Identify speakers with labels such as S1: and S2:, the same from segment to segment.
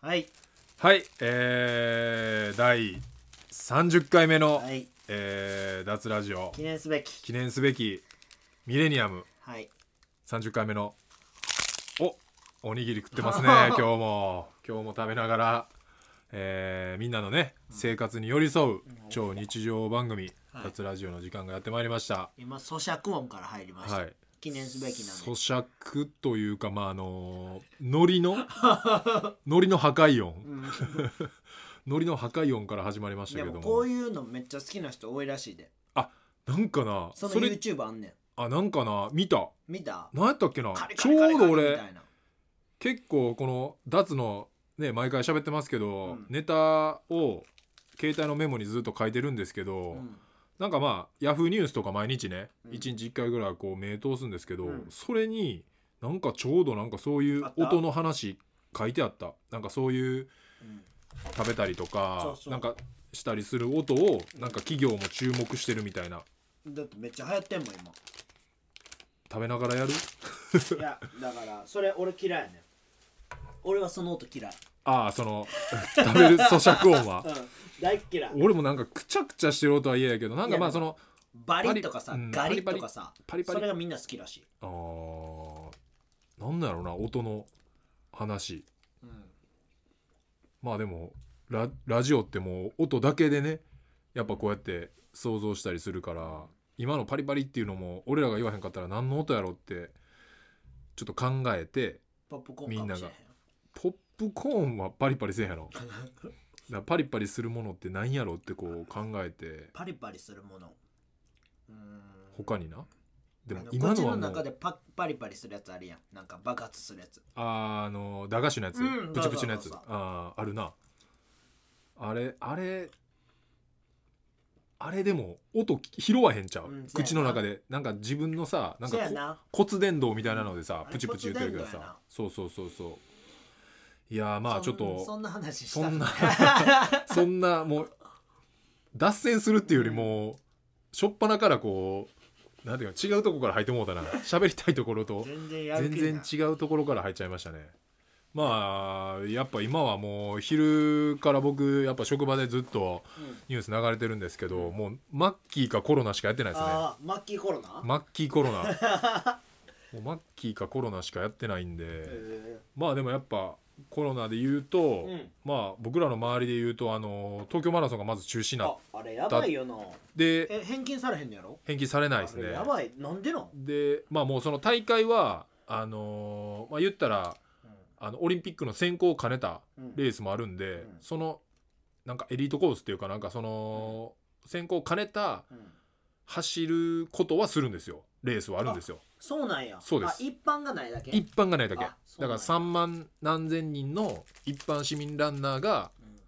S1: はい
S2: はい、えー、第30回目の、
S1: はい
S2: えー脱ラジオ
S1: 記念すべき
S2: 記念すべきミレニアム
S1: はい
S2: 30回目のおおにぎり食っ てますね今日も今日も食べながら、えーみんなのね生活に寄り添う超日常番組「
S1: はい
S2: 脱ラジオ」の時間がやってまいりました。
S1: 今咀嚼音から入りました、
S2: はい
S1: 記念すべきなので
S2: 咀嚼というかまああの海苔 の海苔の破壊音、 海苔の破壊音から始まりました
S1: で
S2: けど
S1: も
S2: も
S1: こういうのめっちゃ好きな人多いらしいで
S2: なんかな
S1: そ
S2: そ
S1: の
S2: れ
S1: YouTube あんねん
S2: あなんかな見た
S1: 見た
S2: 何やったっけな
S1: カリ
S2: ち
S1: カ
S2: ょ
S1: リカリ
S2: う
S1: カ
S2: ど
S1: リみ
S2: 俺
S1: たいな
S2: 結構この脱のね毎回喋ってますけ
S1: う
S2: ど、
S1: ん
S2: ネタを携帯のメモにずっと書いてるんですけど、
S1: うん
S2: なんかまあヤフーニュースとか毎日ね、
S1: うん
S2: 一1日1回ぐらいこう目通すんですけど、
S1: うん
S2: それになんかちょうどなんかそういう
S1: あった
S2: 音の話書いてあったなんかそういう
S1: うん
S2: 食べたりとか
S1: そうそう
S2: なんかしたりする音をなんか企業も注目してるみたいな
S1: だってめっちゃ流行ってんもん今
S2: 食べながらやる
S1: いやだからそれ俺嫌いやねん俺はその音嫌い、
S2: ああその食べる咀嚼音は
S1: うん、大っ嫌い
S2: 俺もなんかくちゃくちゃしてる音は嫌やけどなん
S1: い
S2: か
S1: や
S2: まあその
S1: バリッとかさ
S2: パリうん
S1: ガリッとかさ
S2: パリパ
S1: それ
S2: リ
S1: がみんな好きらしい、
S2: あーなんだろうな音の話
S1: うん、
S2: まあでもララジオってもう音だけでねやっぱこうやって想像したりするから今のパリパリっていうのも俺らが言わへんかったら何の音やろってちょっと考えて
S1: ポップコーンかもしれへん
S2: ポップコーンはパリパリせえへんやろだからパリパリするものって何やろってこう考えて
S1: パリパリするものうーん
S2: 他になでも
S1: あのこ
S2: 今
S1: っ
S2: の
S1: ち
S2: は
S1: の
S2: も
S1: 中
S2: う
S1: でパパリパリするやつあるやんなんか爆発するやつ
S2: あーあの駄菓子のやつ、
S1: うん
S2: プチプチのや
S1: そ
S2: つ
S1: うそうそう
S2: あーあるなあれあれあれでも音拾わへんちゃう、
S1: うん
S2: 口の中でなんか自分のさなん
S1: そ
S2: か
S1: うや
S2: こ
S1: な
S2: 骨伝導みたいなのでさ、
S1: うん
S2: プチプチ言ってるけど
S1: あれ骨伝導やな
S2: さそうそうそうそういやーまあち
S1: そん
S2: ょっと
S1: そんな話した
S2: そんなそんなもう脱線するっていうよりもしょっぱなからこうなんていうか違うとこから入ってもうたな喋りたいところと
S1: 全然やる
S2: 全
S1: 気ない
S2: 然違うところから入っちゃいましたねまあやっぱ今はもう昼から僕やっぱ職場でずっと
S1: うん
S2: ニュース流れてるんですけどもうマッキーかコロナしかやってないですね
S1: ああマッキーコロナ、
S2: マッキーコロナ もうマッキーかコロナしかやってないんで
S1: へ
S2: まあでもやっぱコロナで言う
S1: え
S2: と、
S1: うん
S2: まあ僕らの周りで言うとあの東京マラソンがまず中止になっ
S1: ああれやばいよな
S2: て
S1: え返金されへんのやろ
S2: 延期されない
S1: あ
S2: ですね
S1: れやばいなんでの、
S2: でまあもうその大会はあのーまあ言ったらあのオリンピックの選考を兼ねた
S1: うん
S2: レースもあるんで、
S1: うん
S2: そのなんかエリートコースっていうかなんかその、選考を兼ねた
S1: うん
S2: 走ることはするんですよレースはあるんですよ
S1: そうなんや
S2: そうです
S1: あ一般がないだけ、
S2: 一般がないだけ
S1: あ
S2: だか
S1: そうなんや
S2: ら3万何千人の一般市民ランナーが
S1: うん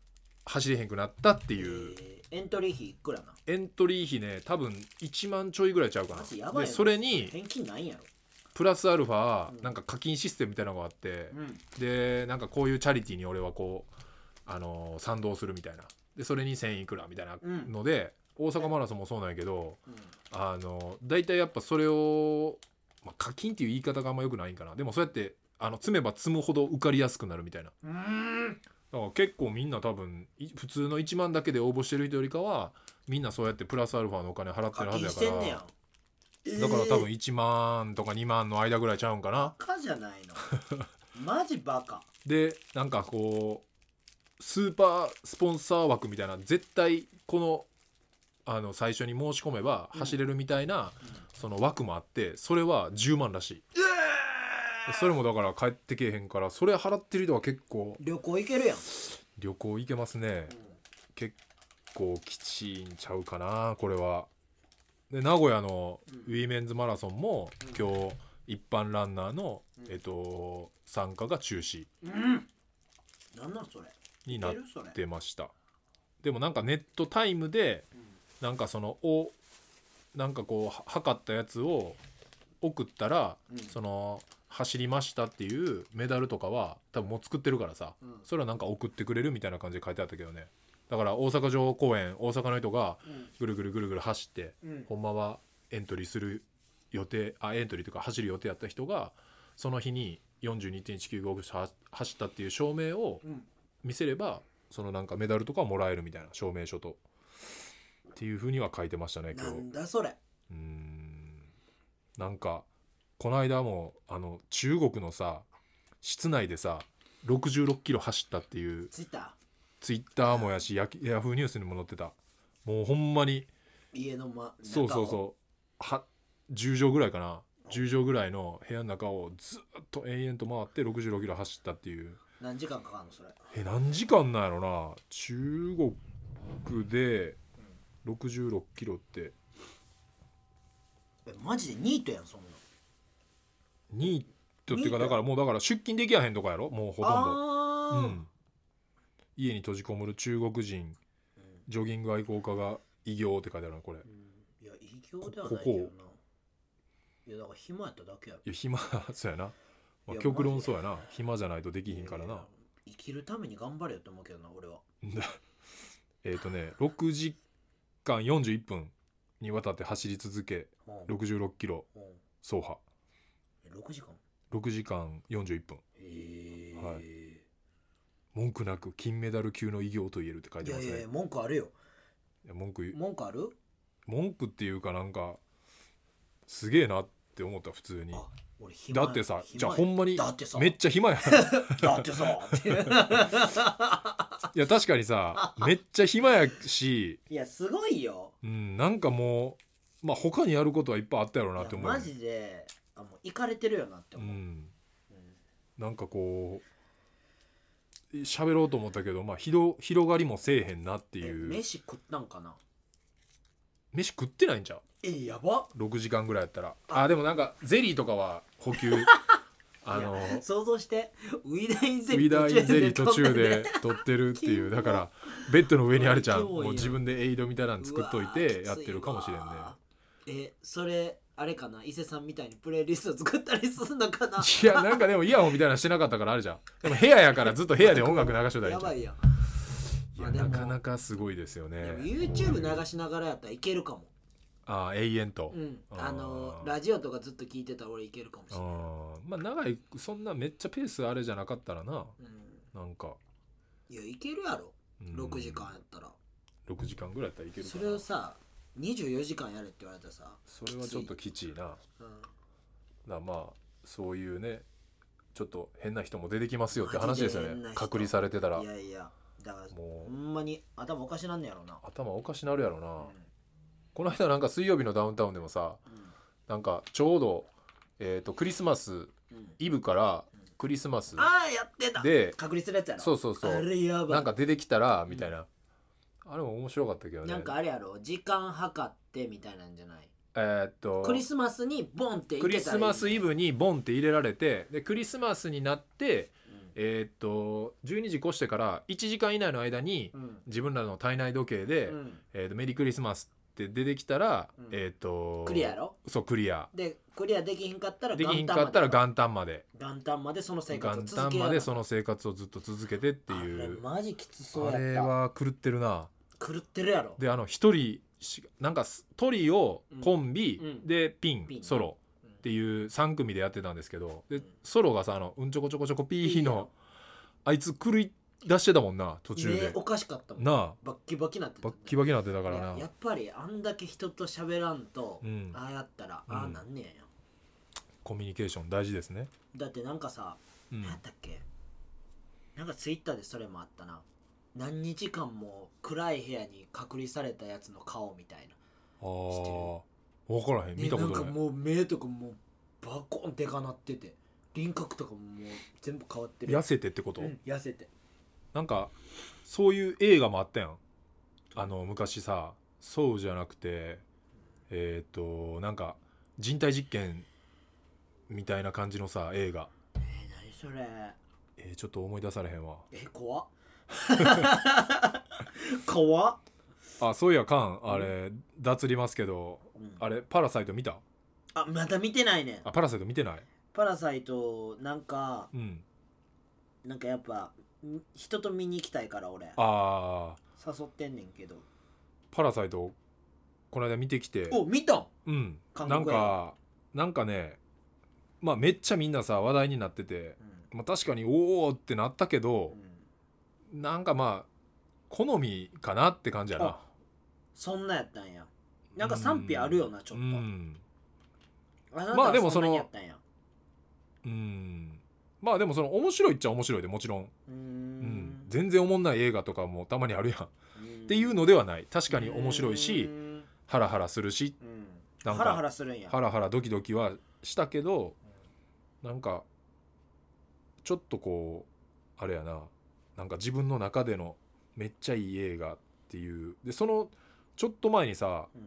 S2: 走れへんくなったっていう
S1: えーエントリー費いくらな
S2: エントリー費ね多分1万ちょいぐらいちゃうか
S1: マジや
S2: な
S1: ばい
S2: で
S1: な
S2: それに
S1: 返金ないんやろ
S2: プラスアルファ
S1: うん
S2: なんか課金システムみたいなのがあって、
S1: うん
S2: でなんかこういうチャリティーに俺はこう、あのー賛同するみたいなでそれに1000いくらみたいな
S1: うん
S2: ので、大阪マラソンもそうなんやけど、
S1: うん
S2: あのー大体やっぱそれを、まあ、課金っていう言い方があんまよくないんかなでもそうやってあの積めば積むほど受かりやすくなるみたいな
S1: うーん
S2: だから結構みんな多分い普通の1万だけで応募してる人よりかはみんなそうやってプラスアルファのお金払って
S1: 課
S2: るは
S1: 金
S2: ずや
S1: し
S2: から
S1: てんねやん
S2: だから多分
S1: えー
S2: 1万とか2万の間ぐらいちゃうんかな
S1: バカじゃないの マジバカ
S2: でなんかこうスーパースポンサー枠みたいな絶対このあの最初に申し込めば
S1: うん
S2: 走れるみたいな、
S1: うん
S2: その枠もあってそれは10万らしいそれもだから帰ってけえへんからそれ払ってる人は結構
S1: 旅行行けるやん、
S2: 旅行行けますね結構きちいんちゃうかなこれはで名古屋の
S1: うん
S2: ウィメンズマラソンも
S1: うん
S2: 今日一般ランナーの、
S1: うん
S2: えっと、参加が中止
S1: うん、なんなんそれ
S2: に
S1: い
S2: なっ
S1: けるそれ
S2: 出ましたでもなんかネットタイムでなんかそのおなんかこうは測ったやつを送ったら、
S1: うん
S2: その走りましたっていうメダルとかは多分もう作ってるからさ、
S1: うん
S2: それはなんか送ってくれるみたいな感じで書いてあったけどねだから大阪城公園大阪の人が
S1: うん
S2: ぐるぐるぐるぐる走って、
S1: うん
S2: ほんまはエントリーする予定あエントリーというか走る予定やった人がその日に42.195走ったっていう証明を
S1: うん
S2: 見せればそのなんかメダルとかもらえるみたいな証明書とっていうふうには書いてましたね今
S1: な
S2: 日
S1: んだそれ
S2: うーんなんかこの間もあの中国のさ室内でさ66キロ走ったっていう
S1: ツイッタ
S2: ツイッターもやしヤキヤフーニュースにも載ってたもうほんまに
S1: ー家のま
S2: そうそうそうは10畳ぐらいかな10畳ぐらいの部屋の中をずっと延々と回って66キロ走ったっていう
S1: う何時間かかるのそれ
S2: え何時間なんやろな中国で66キロって
S1: えマジでニートやんそんな
S2: ニートってい
S1: ニー
S2: うか
S1: ト
S2: だからもうだから出勤できやへんとかやろもうほとんど
S1: あ
S2: う
S1: ー
S2: ん、家に閉じこもる中国人ジョギング愛好家が異業って書いてあるなこれい
S1: うんいや異業ではないけどなないやだから暇やっただけやろ
S2: や暇そうやな、ま
S1: い
S2: あ、
S1: や
S2: 極
S1: マ
S2: 論
S1: ジで
S2: そうやな暇じゃないとできひんから
S1: い
S2: な
S1: や生きるために頑張れよと思うけどな俺は
S2: えっ、とね6時間41分にわたって走り続け
S1: うん
S2: 66キロ
S1: うん
S2: 走破
S1: え6時間
S2: 6時間41分
S1: へえ、
S2: はい
S1: い
S2: 文句なく金メダル級の偉業と言えるって書いてま
S1: や
S2: す
S1: い
S2: ね
S1: やいや文句あるよ
S2: いや文句言う
S1: 文句ある
S2: 文句っていうかなんかすげえなって思った普通に
S1: あ俺暇
S2: だ
S1: や
S2: ってさ
S1: 暇や
S2: じゃあほんまに
S1: だってさ
S2: めっちゃ暇やん
S1: だってさって
S2: いや確かにさめっちゃ暇やし、
S1: いやすごいよ
S2: うん、なんかもうまあ他にやることはいっぱいあったやろう
S1: い
S2: な
S1: や
S2: って思う
S1: マジであもう行かれてるよなって
S2: う
S1: 思う、
S2: ん
S1: うん
S2: なんかこう喋ろうと思ったけどまあ広広がりもせえへんなって
S1: え
S2: いう
S1: 飯食ったんかな
S2: 飯食ってないんじゃう
S1: えやば
S2: 6時間ぐらいやったらあでもなんかゼリーとかは補 給あの
S1: 想像してウィダインゼ
S2: ウ
S1: リ
S2: ィ
S1: ー
S2: ダインゼリー途中
S1: 取って
S2: で
S1: ね
S2: 取ってるっていう
S1: キモ
S2: だ からベッドの上にあるじゃん
S1: キモいやん
S2: もう自分でエイドみたいなの作っという
S1: わ
S2: て
S1: ー
S2: やってるかもしれんね
S1: きついわーえそれあれかな伊勢さんみたいにプレイリスト作ったりするのか ない
S2: やなんかでもイヤホンみたいなのしてなかったからあるじゃんでも部屋やからずっと部屋で音楽流してたり
S1: や
S2: じゃん
S1: ばいやん
S2: い
S1: ま
S2: や
S1: あでも
S2: なかなかすごいですよね
S1: でも YouTube 流しながらやったらいけるかも
S2: ああ永遠と、
S1: うん
S2: あー
S1: あのラジオとかずっと聞いてたら俺いけるかもしれない
S2: あーまあ長いそんなめっちゃペースあれじゃなかったらな
S1: う
S2: なんか、
S1: んいやいけるやろ
S2: うん
S1: 6時間やったら
S2: 6時間ぐらいやったらいけるか
S1: そ
S2: な
S1: れをさ24時間やれって言われたらさ、
S2: それはちょっときちいなだか
S1: うん
S2: らまあそういうねちょっと変な人も出てきますよって
S1: マ
S2: 話
S1: ジで
S2: ですよ
S1: 変な
S2: ね
S1: 人
S2: 隔離されてたら
S1: いやいやだから
S2: も
S1: ほ
S2: うん
S1: まに頭おかしなんねやろな
S2: 頭おかしなるやろな、
S1: うん
S2: この間なんか水曜日のダウンタウンでもさなんかちょうど、えー、とクリスマス
S1: うんうん
S2: イブからクリスマス
S1: ああやってた
S2: で
S1: 確立するやつやろ
S2: そうそうそ
S1: あ
S2: う
S1: れやばい
S2: なんか出てきたらみたいな、あれも面白かったけどね
S1: なんかあれやろ時間計ってみたいなんじゃない
S2: えーっと
S1: クリスマスにボンっていけた
S2: ク
S1: らい
S2: リ
S1: い
S2: スマスイブにボンって入れられてでクリスマスになってえーっと12時越してから1時間以内の間に
S1: うんうん
S2: 自分らの体内時計で、
S1: うん
S2: えーっとメリークリスマスって出てきたら、
S1: うん
S2: えーっと
S1: クリアやろ
S2: そうクリア
S1: でクリアできひんかったら
S2: できひんかったら
S1: 元
S2: 元旦まで
S1: 旦元旦までその生
S2: 元
S1: 活を続
S2: 旦
S1: けよう
S2: までその生活をずっと続けてってい
S1: あれ
S2: う
S1: マジきつそう
S2: あれ
S1: やっ
S2: は狂ってるな
S1: た狂ってるやろ
S2: であの一人しなんかすトリオ
S1: うん
S2: コンビ、
S1: うん
S2: でピン
S1: ピン
S2: ソロ
S1: うん
S2: っていう3組でやってたんですけどで
S1: うん
S2: ソロがさあのうんちょこちょこちょこピーヒー
S1: いい
S2: の
S1: よ
S2: あいつ狂い出してたもんな途中で、
S1: 目おかしかったもん
S2: なあ
S1: バッキバキなってた
S2: バッキバキなってたから
S1: い
S2: な
S1: ややっぱりあんだけ人と喋らんと、
S2: うん
S1: ああやったらああ
S2: うん
S1: なんねやよ、
S2: コミュニケーション大事ですね、
S1: だってなんかさ、
S2: うん
S1: なん、やったっけなんかツイッターでそれもあったな何日間も暗い部屋に隔離されたやつの顔みたい
S2: あ
S1: 知って
S2: ー分からへん
S1: な、
S2: 見たこ
S1: ね
S2: と
S1: なんか
S2: ない
S1: もう目とかもうバコンでかなってて輪郭とかももう全部変わってる
S2: 痩せてってこと、
S1: うん痩せて
S2: なんかそういう映画もあったやんあの昔さそうじゃなくてえっ、となんか人体実験みたいな感じのさ映画、
S1: えー、何それ
S2: えーちょっと思い出されへんわ
S1: え 怖っ怖っ、
S2: あそういやカンあれ脱りますけど
S1: うん
S2: あれパラサイト見た
S1: あまだ見てないねん
S2: あパラサイト見てない
S1: パラサイトなんか
S2: うん
S1: なんかやっぱん人と見に行きたいから俺
S2: あー
S1: 誘ってんねんけど
S2: パラサイトこの間見てきて
S1: お見たん
S2: うん
S1: 韓
S2: なん
S1: 国映
S2: か
S1: 画
S2: なんかねまあめっちゃみんなさ話題になってて、
S1: う
S2: まあ、確かにおおってなったけど、
S1: ん
S2: なんかまあ好みかなって感じやな
S1: あそんなやったんやなんか賛否あるよなちょっと
S2: うん
S1: あなたは
S2: まあでもその
S1: んなにやったんや
S2: うんまあでもその面白いっちゃ面白いでもちろん、
S1: うー
S2: うん
S1: ん
S2: 全然おもんない映画とかもたまにあるやん、
S1: っ
S2: っていう
S1: 確
S2: のではない確かに面白いし、
S1: うん
S2: ハラハラするし
S1: うん
S2: なんか
S1: ハラハラするんや
S2: ハラハラドキドキはしたけどなんかちょっとこうあれやななんか自分の中でのめっちゃいい映画っていうでそのちょっと前にさ
S1: うん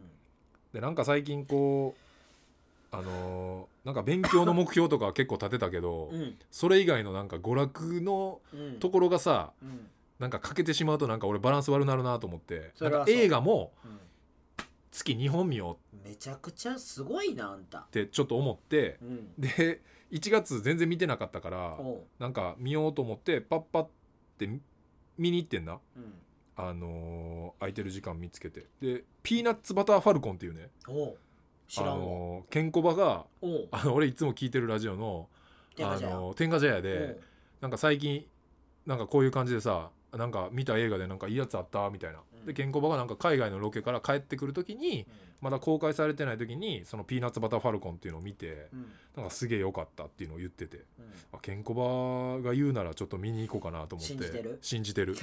S2: でなんか最近こうあのーなんか勉強の目標とか結構立てたけど、
S1: うん
S2: それ以外のなんか娯楽の
S1: うん
S2: ところがさ
S1: うん
S2: なんか欠けてしまうとなんか俺バランス悪なるなと思って
S1: そ
S2: なん
S1: れは
S2: か
S1: そう
S2: 映画も
S1: うん
S2: 月2本見ようっ
S1: めちゃくちゃすごいなあんた
S2: てちょっと思って
S1: うん
S2: で1月全然見てなかったから
S1: おう
S2: なんか見ようと思ってパッパって見に行ってんな
S1: うん
S2: あのー空いてる時間見つけてで「ピーナッツバターファルコン」っていうね
S1: おう知
S2: あ
S1: らんわ
S2: のーケンコバが
S1: おう
S2: あの俺いつも聞いてるラジオの「
S1: てか
S2: あ
S1: じゃあ
S2: のー天下茶屋」
S1: お
S2: で
S1: う
S2: なんか最近なんかこういう感じでさなんか見た映画でなんかいいやつあったみたいな
S1: うん
S2: でケンコバがなんか海外のロケから帰ってくる時にまだ公開されてない時にその「ピーナッツバターファルコン」っていうのを見て
S1: うんうん
S2: なんかすげえ良かったっていうのを言ってて
S1: うん
S2: あケンコバが言うならちょっと見に行こうかなと思って
S1: 信じてる
S2: 信 じてる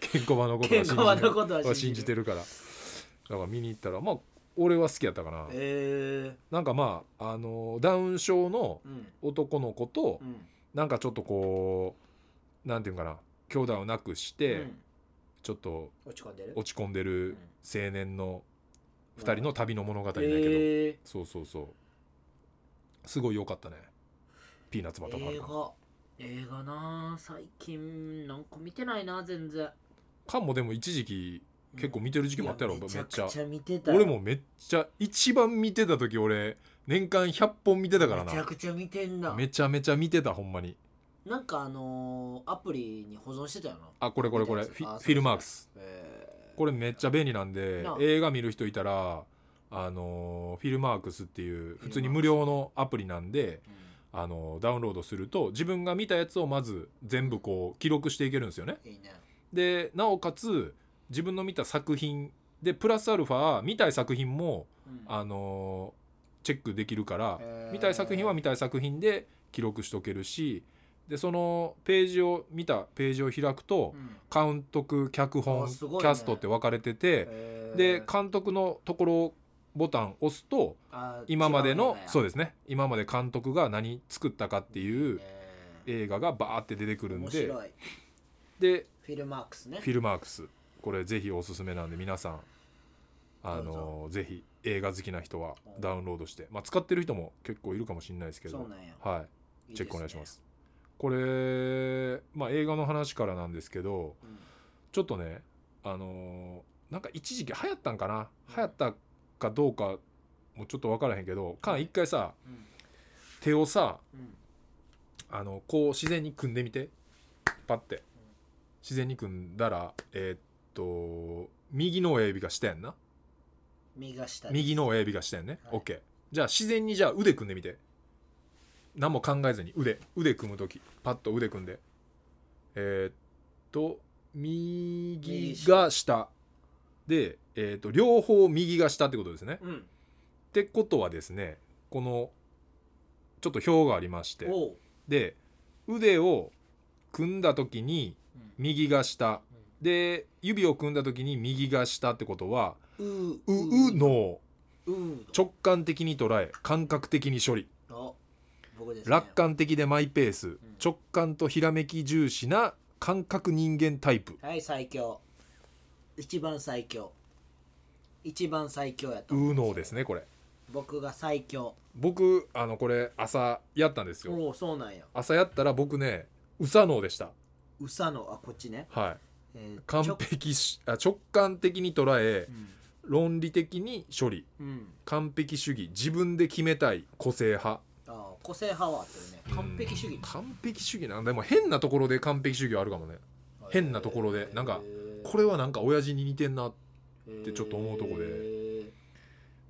S2: ケンコバのことは
S1: 健
S2: 信
S1: 康
S2: じて
S1: の
S2: る
S1: ことは
S2: は信じて
S1: る
S2: るからだから見に行ったらまあ俺は好きやったかな、
S1: え
S2: なんかまああのダウン症の
S1: ーうん
S2: 男の子と、
S1: うん
S2: なんかちょっとこうなんていうんかな兄弟を亡くして、
S1: うん
S2: ちょっと
S1: 落ち込んでる
S2: 落ち込んで
S1: うん
S2: る青年の2人の旅の物語なんやけ
S1: え
S2: ど、
S1: ー
S2: そうそうそうすごい良かったねピーナッツバターファ
S1: 映
S2: ルコン
S1: 画映画なあ最近なんか見てないな全然
S2: カンもでも一時期結構見てる時期もあったやろ、
S1: い
S2: めっ
S1: め
S2: ち
S1: ちゃ
S2: ゃ
S1: くちゃ見てたよ
S2: 俺もめっちゃ一番見てた時俺年間100本見てたから
S1: めちゃ
S2: な
S1: くちゃ見てんな
S2: めちゃめちゃ見てたほんまに
S1: なんかあのーアプリに保存してたよな
S2: あこれこれこれ
S1: 見
S2: フ
S1: てたやつあそうです
S2: ィフィルマークス
S1: え
S2: これめっちゃ便利なんで
S1: なあ
S2: 映画見る人いたらあのーフィルマークスっていう普通に無料のアプリなんで
S1: ー
S2: あのーダウンロードすると自分が見たやつをまず全部こう記録していけるんですよね
S1: うんいいね
S2: でなおかつ自分の見た作品でプラスアルファ見たい作品も
S1: うん
S2: あのーチェックできるから、
S1: へー
S2: 見たい作品は見たい作品で記録しとけるしでそのページを見たページを開くと、
S1: うん
S2: 監督脚
S1: あ
S2: 本、
S1: ー
S2: キ
S1: すごいね
S2: ャストって分かれてて、
S1: えー
S2: で監督のところボタン押すと
S1: あー
S2: 今まで
S1: 違う
S2: の
S1: 映画や
S2: そうですね今まで監督が何作ったかっていう
S1: えー
S2: 映画がバーって出てくるん
S1: 面
S2: で
S1: 白い
S2: で
S1: フィルマークスね
S2: フィルマークスこれぜひおすすめなんで皆さんあ
S1: ど
S2: のぜひ映画好きな人は
S1: うん
S2: ダウンロードして、まあ、使ってる人も結構いるかもしれないですけど
S1: そうなんや
S2: はい
S1: いい
S2: チェ
S1: です
S2: ッ
S1: ね
S2: クお願いしますこれ、まあ、映画の話からなんですけど
S1: うん
S2: ちょっとねあのーなんか一時期流行ったんかな
S1: うん
S2: 流行ったかどうかもちょっと分からへんけどカン一回さ
S1: うん
S2: 手をさ
S1: うん
S2: あのこう自然に組んでみてパッて自然に組んだらえーっと右の親指が下やんな
S1: 右が下です
S2: 右の親指が下やんね、
S1: はい
S2: OK じゃあ自然にじゃあ腕組んでみて何も考えずに腕腕組む時パッと腕組んでえーっと右が下で、えーっと両方右が下ってことですね、っ
S1: うん
S2: てことはですねこのちょっと表がありまして
S1: おう
S2: で腕を組んだ時に
S1: うん
S2: 右が下で指を組んだ時に右が下ってことは
S1: うう
S2: 「う」う
S1: の
S2: のを
S1: うう
S2: 直感的に捉え感覚的に処理
S1: の僕ですね
S2: 楽観的でマイペース、直感とひらめき重視な感覚人間タイプ
S1: はい最強一番最強一番最強や
S2: 「
S1: と
S2: う」のですねこれ
S1: 僕が最強
S2: 僕あのこれ朝やったんですよ
S1: おおそうなんや
S2: 朝やったら僕ね「うさの」でした
S1: うさのあこっちね、
S2: はい
S1: えー
S2: 完
S1: ちょ
S2: 璧しあ直感的に捉え
S1: うん、
S2: 論理的に処理
S1: うん、
S2: 完璧主義自分で決めたい個性派
S1: あー個性派はあってるね完璧主義
S2: うん完璧主義なんでも変なところで完璧主義はあるかもね変なところでなんかこれはなんか親父に似てんな
S1: れ
S2: ってちょっと思うとこで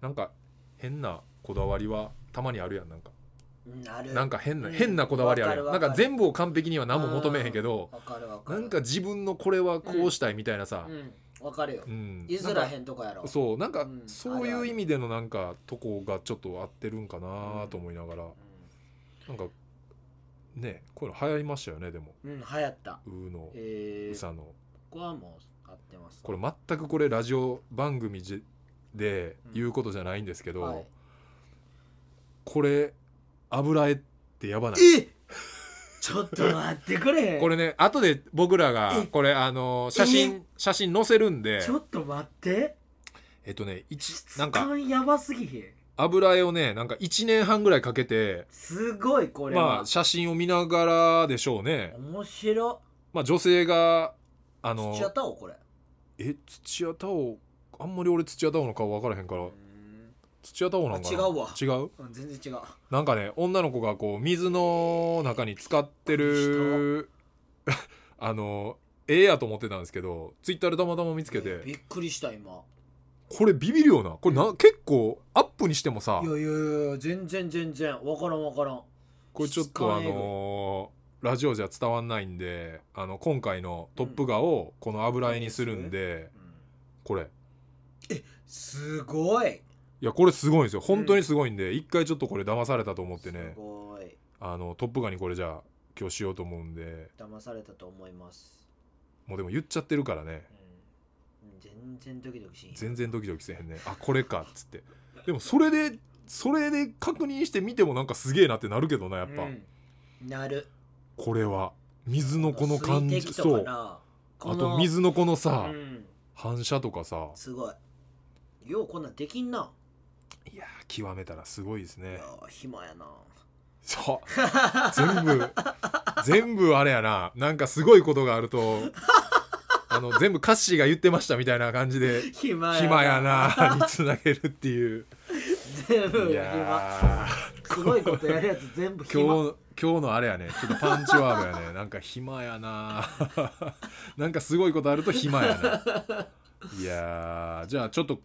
S2: なんか変なこだわりはたまにあるやんなんか
S1: なる
S2: なんか変な変なこだわりある
S1: わ
S2: な
S1: かるわか
S2: ん
S1: る
S2: か全部を完璧には何も求めへんけど
S1: わかるわか
S2: な
S1: る
S2: んか自分のこれはこうしたいみたいなさ
S1: うんわかるよ
S2: うん
S1: 譲らへんとこやろ
S2: そうなん
S1: う
S2: か
S1: ん
S2: そういう意味でのなんかとこがちょっと合ってるんかなと思いながらなんかねこういうの流行りましたよねでも
S1: うんうん流行った
S2: うーの
S1: えー
S2: うさの
S1: ここはもう合ってます
S2: これ全くこれラジオ番組じで言うことじゃないんですけど、
S1: はい
S2: これ油絵ってやばない
S1: えちょっと待ってくれ
S2: これね後で僕らが
S1: え
S2: これあの写真写真載せるんで
S1: ちょっと待って
S2: えっとね一
S1: 質
S2: なんか
S1: 感やばすぎひん
S2: 油絵をねなんか1年半ぐらいかけて
S1: すごいこれ
S2: ま
S1: は
S2: あ写真を見ながらでしょうね
S1: 面白
S2: まあ女性があの
S1: 土屋太鳳これ
S2: え土屋太鳳あんまり俺土屋太鳳の顔分からへんから
S1: うん
S2: 土屋太鳳なんかな
S1: あ違うわ
S2: 違う
S1: うん全然違う
S2: なんかね女の子がこう水の中に浸かってる あのええやと思ってたんですけどツイッターでたまたま見つけ
S1: ねび
S2: て
S1: っくりした今
S2: これビビるよなこれな結構アップにしてもさ
S1: いやいやいや全然全然わからんわからん
S2: これちょっとあのーラジオじゃ伝わんないんであの今回の「トップガ」をこの油絵にするんで、
S1: うん
S2: これ
S1: すごい
S2: いやこれすごいんですよ本当にすごいんで、一回ちょっとこれ騙されたと思って
S1: す
S2: ね
S1: ごい
S2: あのトップガンにこれじゃあ今日しようと思うんで
S1: 騙されたと思います、
S2: もうでも言っちゃってるからね
S1: うん、全然ドキドキしん
S2: 全然ドキドキせへんねあこれかっつってでもそれでそれで確認してみてもなんかすげえなってなるけどなやっぱ、
S1: うんなる
S2: これは水のこの感じ
S1: 水滴と
S2: そう
S1: かなこ
S2: あ
S1: の
S2: と水のこのさ、
S1: うん、
S2: 反射とかさ
S1: すごいようこんなんできんない
S2: やー極めたらすごいです
S1: い
S2: ね
S1: やー暇やな
S2: そう全部全部あれやななんかすごいことがある とあの全部歌詞が言ってましたみたいな感じで
S1: 暇やな
S2: 暇やなにつなげるっていう
S1: 全部
S2: い
S1: 暇
S2: や
S1: すごいことやるやつ全部
S2: ー
S1: 暇
S2: 今日今日のあれやねちょっとパンチワードやねなんか暇やな なんかすごいことあると暇や ないやーじゃあちょっと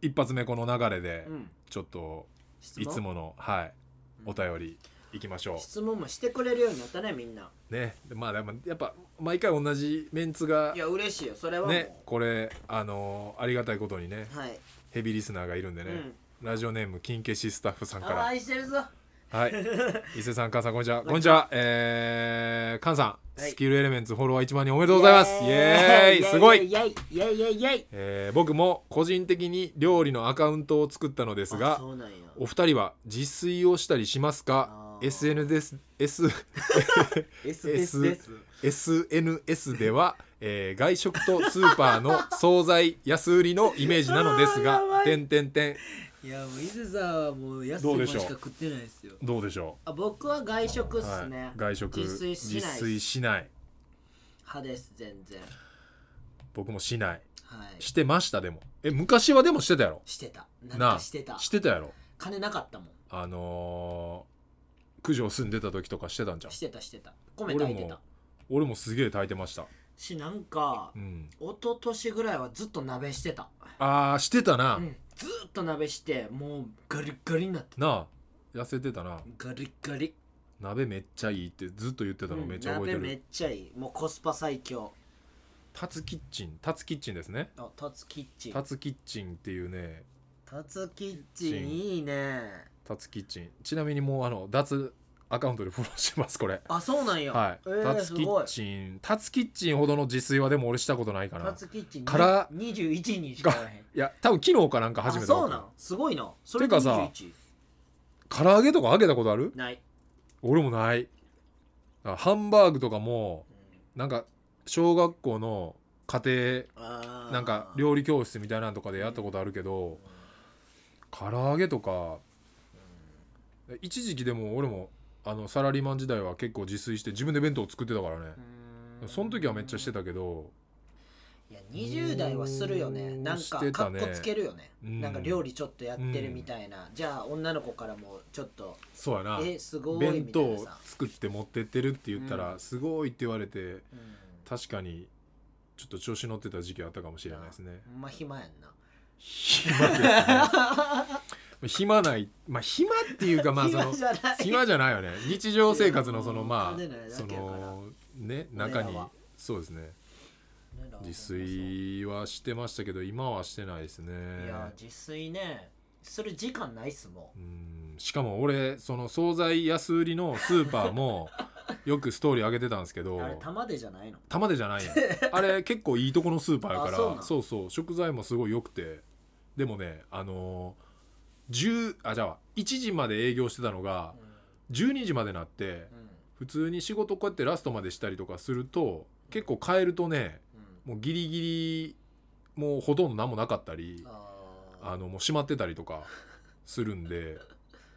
S2: 一発目この流れで
S1: うん、
S2: ちょっと
S1: 質問
S2: いつものはいお便りいきましょう
S1: 質問もしてくれるようになったねみんな
S2: ねまあでもやっぱ毎回同じメンツが
S1: いや嬉しいよそれはもう、
S2: ねこれあのーありがたいことにね
S1: はい、
S2: ヘビーリスナーがいるんで
S1: う
S2: ね
S1: ん、
S2: ラジオネーム金消しスタッフさんか
S1: あ
S2: ら
S1: 愛してるぞ
S2: はい伊勢さん菅さんこんにちは
S1: こ
S2: こ
S1: んに
S2: んに
S1: ち
S2: ちはえー菅さん
S1: はい
S2: スキルエレメンツフォロワー1万人おめでとうございますイエーイすごい
S1: イエーイイエーイイエーイイエーイ
S2: えー僕も個人的に料理のアカウントを作ったのです
S1: あ
S2: が
S1: そうなんや
S2: お二人は自炊をしたりします
S1: あ
S2: か
S1: ー
S2: SNS です S
S1: S
S2: ですです SNS では、 えー外食とスーパーの惣菜安売りのイメージなのです
S1: あーやば
S2: が
S1: い
S2: 点点点
S1: いやもう伊勢さんはもう安い
S2: ど
S1: も
S2: う
S1: の
S2: で
S1: し
S2: しょ
S1: か
S2: う
S1: 食ってないですよ
S2: どうでしょ
S1: あ僕は外食
S2: う
S1: っすね、
S2: はい、外食
S1: 自炊しない
S2: 自炊しない
S1: 派です全然
S2: 僕もしない
S1: はい
S2: してましたでもえ昔はでもしてたやろ
S1: してたなんかしてた
S2: してたやろ
S1: 金なかったもん
S2: あのー、九条住んでた時とかしてたんじゃん
S1: してたしてた米炊いて
S2: 俺
S1: た
S2: も俺もすげえ炊いてました
S1: しなんか
S2: うん
S1: 一昨年ぐらいはずっと鍋してた、
S2: あーしてたな、
S1: うん、ずーっと鍋してもうガリッガリになってた
S2: なあ痩せてたな
S1: ガリッガリ
S2: 鍋めっちゃいいってずっと言ってたのめっちゃ覚えて
S1: うん鍋め
S2: る
S1: っちゃいいもうコスパ最強
S2: タツキッチンタツキッチンですね
S1: あタツキッチン
S2: タツキッチンっていうね
S1: タツキッチンいいね
S2: タツキッチンちなみにもうあの脱アカウントでフォローしてますこれ
S1: あそうなんや
S2: はい、
S1: えー
S2: タツキッチンタツキッチンほどの自炊はでも俺したことない
S1: す
S2: か
S1: ごいタ
S2: な
S1: ツキッチン
S2: か
S1: から
S2: ら
S1: 21にしか ない
S2: いや多分昨日かなんか
S1: あ
S2: 初めて
S1: そうなんすごいなそれ
S2: てかさ
S1: 21
S2: 唐揚げとか揚げたことある
S1: ない、
S2: 俺もないあハンバーグとかもなんか小学校の家
S1: あ
S2: 庭
S1: ー
S2: なんか料理教室みたいなのとかでやったことあるけど唐揚げとか一時期でも俺もあのサラリーマン時代は結構自炊して自分で弁当を作ってたからね
S1: うん
S2: その時はめっちゃしてたけど
S1: いや20代はするよね
S2: うん
S1: なん
S2: し
S1: か
S2: て
S1: か
S2: た
S1: っ
S2: ね
S1: こつけるよね
S2: うん
S1: なんか料理ちょっとやってるみたいな、じゃあ女の子からもちょっと
S2: そうやな
S1: えすごい
S2: 弁
S1: みた
S2: 当
S1: いな
S2: を
S1: さ、
S2: 作って持ってってるって言ったら、
S1: うん
S2: すごいって言われて
S1: うん、
S2: 確かにちょっと調子乗ってた時期あったかもしれないですね
S1: ほんま暇やんな
S2: 暇ですね暇ないまあ暇っていうかまあその
S1: 暇じゃない
S2: 暇じゃないよね日常生活のその
S1: うん
S2: ま
S1: 完全な
S2: あ
S1: やつ
S2: そ
S1: やから
S2: のね
S1: 俺らは
S2: 中にそうですね
S1: 俺らは
S2: 自炊はしてましたけど今はしてないですね
S1: いや自炊ねする時間ないっすも
S2: うんしかも俺その惣菜安売りのスーパ ーもよくストーリー上げてたんですけど
S1: んあれ玉でじゃないの
S2: 玉でじゃないよ あれ結構いいとこのスーパーやから
S1: あそう
S2: そ
S1: なん
S2: うそう食材もすごい良くてでもねあのー、10あじゃあ1時まで営業してたのが12時までなって
S1: うん
S2: 普通に仕事こうやってラストまでしたりとかすると結構変えるとね
S1: うん
S2: もうギリギリもうほとんど何もなかったり
S1: あ
S2: あ
S1: ー
S2: のもう閉まってたりとかするんで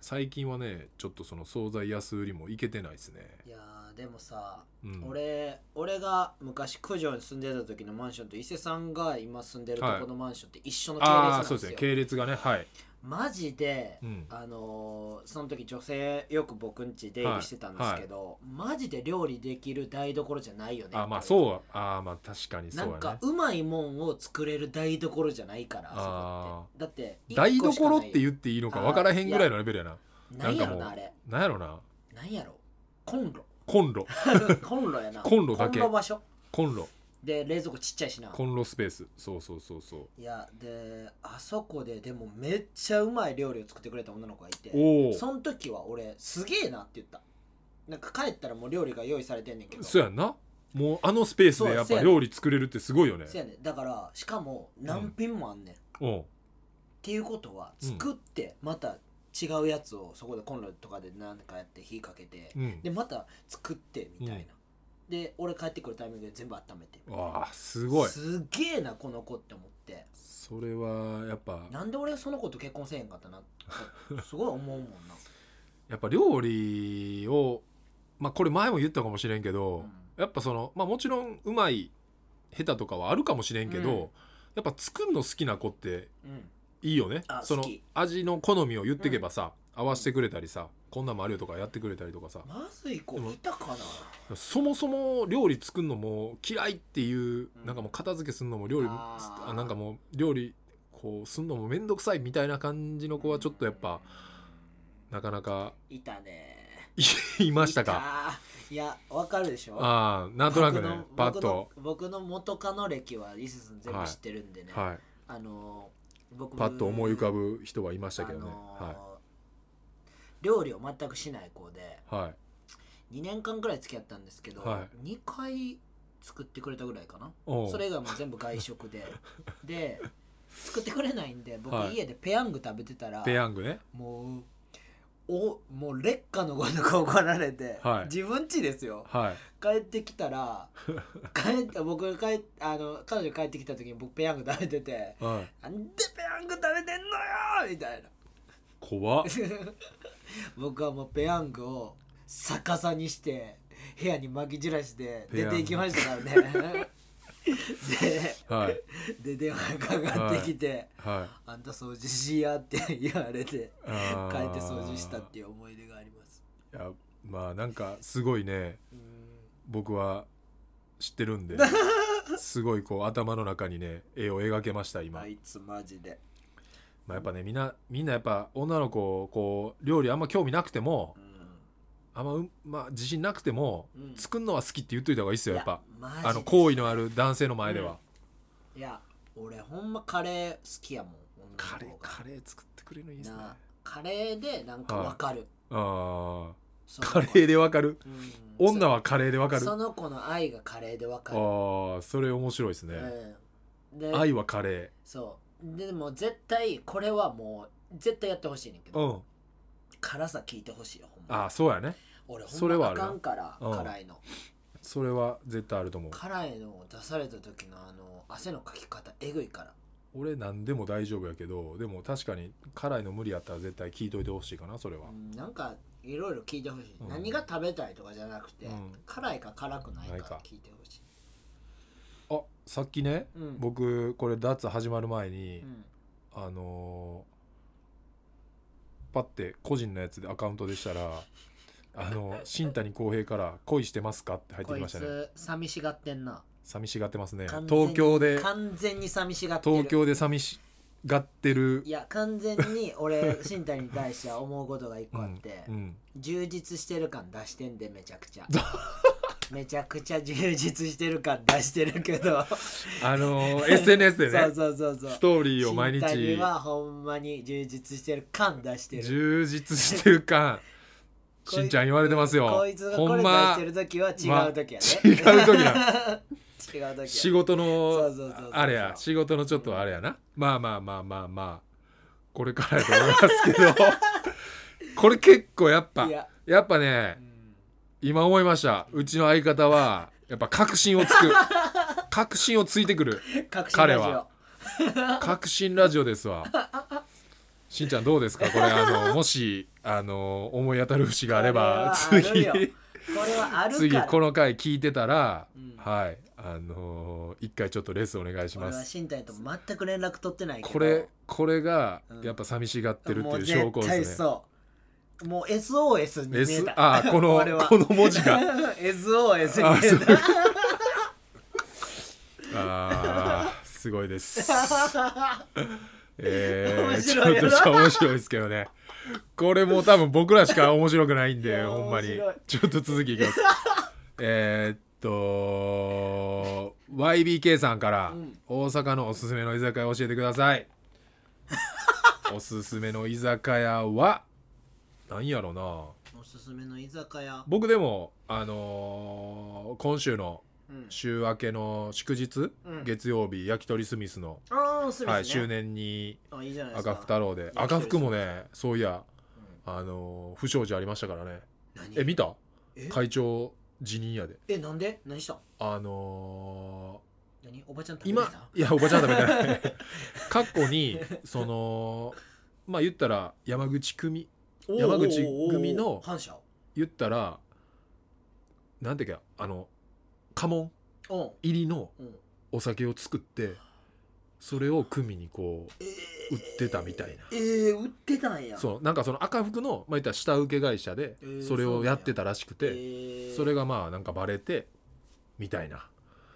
S2: 最近はねちょっとその惣菜安売りもいけてないですね、
S1: いやーでもさ
S2: うん、
S1: 俺俺が昔九条に住んでた時のマンションと伊勢さんが今住んでるとこのマンションって一緒の系列
S2: あ
S1: なん
S2: あそう
S1: で
S2: ですす
S1: よ
S2: ね系列がねはい、
S1: マジで
S2: うん、
S1: あのーその時女性よく僕ん家出入りしてたんですけどマジで料理できる台所じゃないよね
S2: あまあ
S1: う
S2: そうああまあ確かにそ
S1: な
S2: うんや
S1: か
S2: ね
S1: うまいもんを作れる台所じゃないからあ
S2: あ
S1: そこってだって
S2: 台
S1: 一個しかな
S2: 所
S1: い
S2: って言っていいのか分からへんぐらいのレベルやな
S1: なんやろ
S2: なん
S1: な
S2: かもう
S1: あれ
S2: なんやろな
S1: なんやろコンロ
S2: コンロ
S1: コンロやな
S2: コンロだけ
S1: コンロ場所
S2: コンロ
S1: で冷蔵庫ちっちゃいしな
S2: コンロスペースそうそうそうそう
S1: いやであそこででもめっちゃうまい料理を作ってくれた女の子がいて
S2: おお
S1: その時は俺すげえなって言ったなんか帰ったらもう料理が用意されてんねんけど
S2: そうやんなもうあのスペースでやっ
S1: そうや
S2: ぱ
S1: ね
S2: 料理作れるってすごいよね
S1: そうやねだからしかも何品もあんねん、っ
S2: うん
S1: ていうことは
S2: うん
S1: 作ってまた違うやつをそこでコンロとかで何かやって火かけて、
S2: うん
S1: でまた作ってみたいな、で俺帰ってくるタイミングで全部温めて
S2: わあすごい
S1: すげえなこの子って思って
S2: それはやっぱ
S1: なんで俺その子と結婚せえへんかったなってすごい思うもんな、
S2: やっぱ料理をまあこれ前も言ったかもしれんけ
S1: う
S2: ど、
S1: ん
S2: やっぱそのまあもちろんうまい下手とかはあるかもしれんけど、
S1: うん
S2: やっぱ作るの好きな子って
S1: うん
S2: いいよね
S1: あ
S2: その
S1: 好き
S2: 味の好みを言ってけばさ、合わせてくれたりさこんなんもあるよとかやってくれたりとかさ
S1: まずい子
S2: でも
S1: いたかな
S2: そもそも料理作るのも嫌いっていう、
S1: うん
S2: なんかもう片付けするのも料理
S1: あー
S2: あなんかもう料理こうすんのも面倒くさいみたいな感じの子はちょっとやっぱ、なかな か
S1: いたね
S2: いましたか
S1: いたいやわかるでしょ
S2: ああなんとなくね
S1: 僕の
S2: パッと、
S1: 僕の僕の元カノ歴はリスさん全部知ってるんでね、
S2: はい、
S1: あのー僕
S2: パッと思い浮か
S1: ぶ
S2: ぶ人はいましたけどね、
S1: 料理を全くしない子で
S2: はい、はい、
S1: 2年間ぐらい付き合ったんですけど、
S2: は
S1: 2回作ってくれたぐらいかな
S2: おう
S1: それ以外も全部外食 でで作ってくれないんで僕
S2: はい
S1: 家でペヤング食べてたら、
S2: ペヤングね
S1: もうおもう劣化のごとく怒られて、
S2: はい
S1: 自分家ですよ
S2: はい
S1: 帰ってきたら帰った僕が帰っあの彼女帰ってきた時に僕ペヤング食べてて
S2: は
S1: 「
S2: い
S1: なんでペヤング食べてんのよ!」みたいな
S2: 怖っ
S1: 僕はもうペヤングを逆さにして部屋に巻き散らして
S2: ペ
S1: 出
S2: ヤング
S1: ていきましたからね
S2: はい
S1: でで電話かかってきて、
S2: はい
S1: あんた掃除しや」って言われて
S2: 帰って
S1: 帰って掃除したっていう思い出があります
S2: いやまあなんかすごいね
S1: うん
S2: 僕は知って るんですごいこう頭の中にね絵を描けました今、
S1: あいつマジで
S2: まあ、やっぱねみんなみんなやっぱ女の子こう料理あんま興味なくても
S1: うん
S2: あんまう、まあ、自信なくても、
S1: うん
S2: 作るのは好きって言っといた方がいいですよやっぱ
S1: いやマジで
S2: あの好意のある男性の前では、
S1: うんいや俺ほんまカレー好きやもん
S2: カレーカ
S1: レ
S2: レー作ってくれるのいいですね
S1: なカレーでなんかわかる、
S2: あ
S1: そ
S2: ー
S1: の
S2: カレ
S1: 子
S2: ーでわかる
S1: うん
S2: 女はカレーでわかる
S1: そ
S2: あ
S1: の子の愛がカレーでわか
S2: あ
S1: る、
S2: ーそれ面白いですね、
S1: うん、で
S2: 愛はカレ
S1: そうでも絶対これはもう絶対やってほしいねんけ
S2: ーう
S1: ど、
S2: ん
S1: 辛さ聞いてほしいよほん
S2: あ
S1: ま
S2: あそうやね
S1: 俺ほ
S2: そ
S1: ん
S2: れ
S1: ま
S2: は
S1: あ
S2: ある
S1: か
S2: なん
S1: から、
S2: うん
S1: 辛いの
S2: それは絶対あると思う
S1: 辛いのを出された時のあの汗のかき方えぐいから
S2: 俺何でも大丈夫やけどでも確かに辛いの無理やったら絶対聞いといてほしいかなそれは
S1: う、んなんかいろいろ聞いてほしい、
S2: うん
S1: 何が食べたいとかじゃなくて、
S2: うん
S1: 辛いか辛くない
S2: ない
S1: か
S2: か
S1: 聞いてほしい、
S2: あさっきね
S1: うん、
S2: 僕これ脱始まる前に
S1: う、ん
S2: あのーパッて個人のやつでアカウントでしたら「あの新谷浩平から恋してますか?」って入って
S1: こ
S2: き
S1: い
S2: ましたね
S1: つ寂しがってんな
S2: 寂しがってますね
S1: 完全に
S2: 東京で
S1: 完全に寂しがってる
S2: 東京で寂しがってる
S1: いや完全に俺新谷に対しては思うことが一個あって、
S2: うん
S1: 充実してる感出してんでめちゃ くちゃめちゃくちゃ充実してる感出してるけど
S2: あのー SNS でね
S1: そうそうそうそう
S2: ストーリーを毎
S1: 新谷
S2: 日
S1: はほんまに充実してる感出してる
S2: 充実してる感
S1: こい
S2: しんちゃん言われてますよ
S1: こいつがこ
S2: ほ
S1: れ出
S2: んま
S1: してる時は違う時やね、
S2: ま違う 時
S1: だ違う時や
S2: 仕事
S1: そ
S2: の
S1: うそうそうそう
S2: あれや仕事のちょっとあれやなまあまあまあまあまあこれからやと思いますけど これ結構やっぱ
S1: いや、
S2: やっぱね
S1: うん
S2: 今思いましたうちの相方はやっぱ確信をつ く確信をついてくる
S1: 確信ラジオ
S2: 彼は確信ラジオですわしんちゃんどうですかこれあのもしあの思い当たる節があれば
S1: これはある
S2: 次
S1: よこれはあるから
S2: 次この回聞いてたら、
S1: うん
S2: はいあの一回ちょっとレッスンお願いしま
S1: 俺は
S2: す
S1: 新谷と全く連絡取ってないけど
S2: これこれが
S1: うん
S2: やっぱ寂しがってるって
S1: も
S2: いうう証拠
S1: 絶対
S2: ですね、
S1: そうもう SOS に見
S2: S
S1: えた
S2: あこの
S1: 俺は
S2: この文字 が
S1: SOS
S2: あ
S1: に見
S2: そ
S1: え
S2: う
S1: た
S2: あーすご いですえー
S1: 面白い
S2: ち
S1: よ
S2: ょっ
S1: な
S2: とした面白いですけどねこれもう多分僕らしか面白くない ん
S1: い
S2: で
S1: や
S2: ほんまに
S1: 面白い
S2: ちょっと続きいきます えーっと YBK さんから
S1: うん
S2: 大阪のおすすめの居酒屋教えてくだ さいおすすめの居酒屋はなんやろな
S1: おすすめの居酒屋、
S2: 僕でもあのー今週の
S1: うん、
S2: 週明けの祝日、
S1: うん
S2: 月曜日焼き鳥スミスの、
S1: ああスミス、ね
S2: はい、周年に
S1: あいいじゃないですか
S2: 赤福太郎で
S1: 焼き鳥
S2: 赤福もねそういやあのー不祥事ありましたからね
S1: 何
S2: え見た
S1: え
S2: 会長辞任やで
S1: えなんで何した
S2: あの
S1: 何おばちゃん食
S2: ー
S1: べてき
S2: 今
S1: た
S2: いやおばちゃん食べてない 過去にそのまあ言ったら山口組
S1: おー
S2: 山口組の
S1: おーおー反社
S2: 言ったらなんていうかあの家紋
S1: うん
S2: 入りの
S1: うん
S2: お酒を作ってそれを組にこう
S1: え
S2: 売ってたみたいな
S1: えー、売ってたんや
S2: そうなんかその赤服の、まあ、言ったら下請け会社で
S1: えー
S2: それ
S1: そうな
S2: を
S1: んや
S2: やってたらしくて、
S1: えー
S2: それがまあなんかバレてみたいな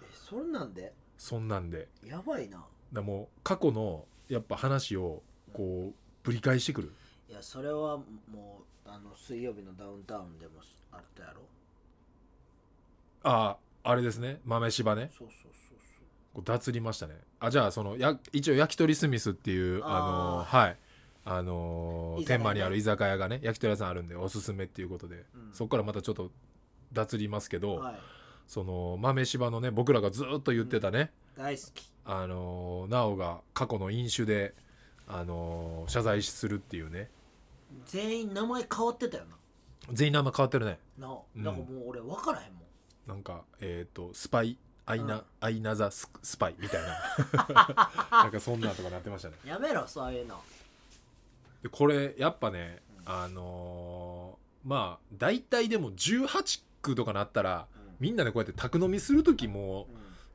S1: えそんなんで
S2: そんなんで
S1: やばいな
S2: だもう過去のやっぱ話をこうぶり返してくる
S1: いやそれはもうあの水曜日のダウンタウンでもあったやろ
S2: あああれですね豆柴ね
S1: そうそうそうそう
S2: こう脱りましたねあじゃあそのや一応焼き鳥スミスっていうあ
S1: あ
S2: のはいあのー
S1: 居酒屋
S2: 天
S1: ね
S2: 満にある居酒屋がね焼き鳥屋さんあるんでおすすめっていうことで、
S1: うん
S2: そこからまたちょっと脱りますけど、
S1: はい
S2: その豆柴のね僕らがずっと言ってたね、
S1: 大好き
S2: あのー、なおが過去の飲酒で、あのー謝罪するっていうね
S1: 全員名前変わってたよな
S2: 全員名前変わってるね
S1: なあ
S2: うん
S1: なんかもう俺分からへんもん、
S2: なんかえっ、とスパイアイナ、
S1: うん
S2: アイナザススパイみたいな なんかそんなんとかなってましたね
S1: やめろそういうの
S2: でこれやっぱねあのーまあ大体でも18区とかなったら
S1: う
S2: みんなでこうやって宅飲みする時も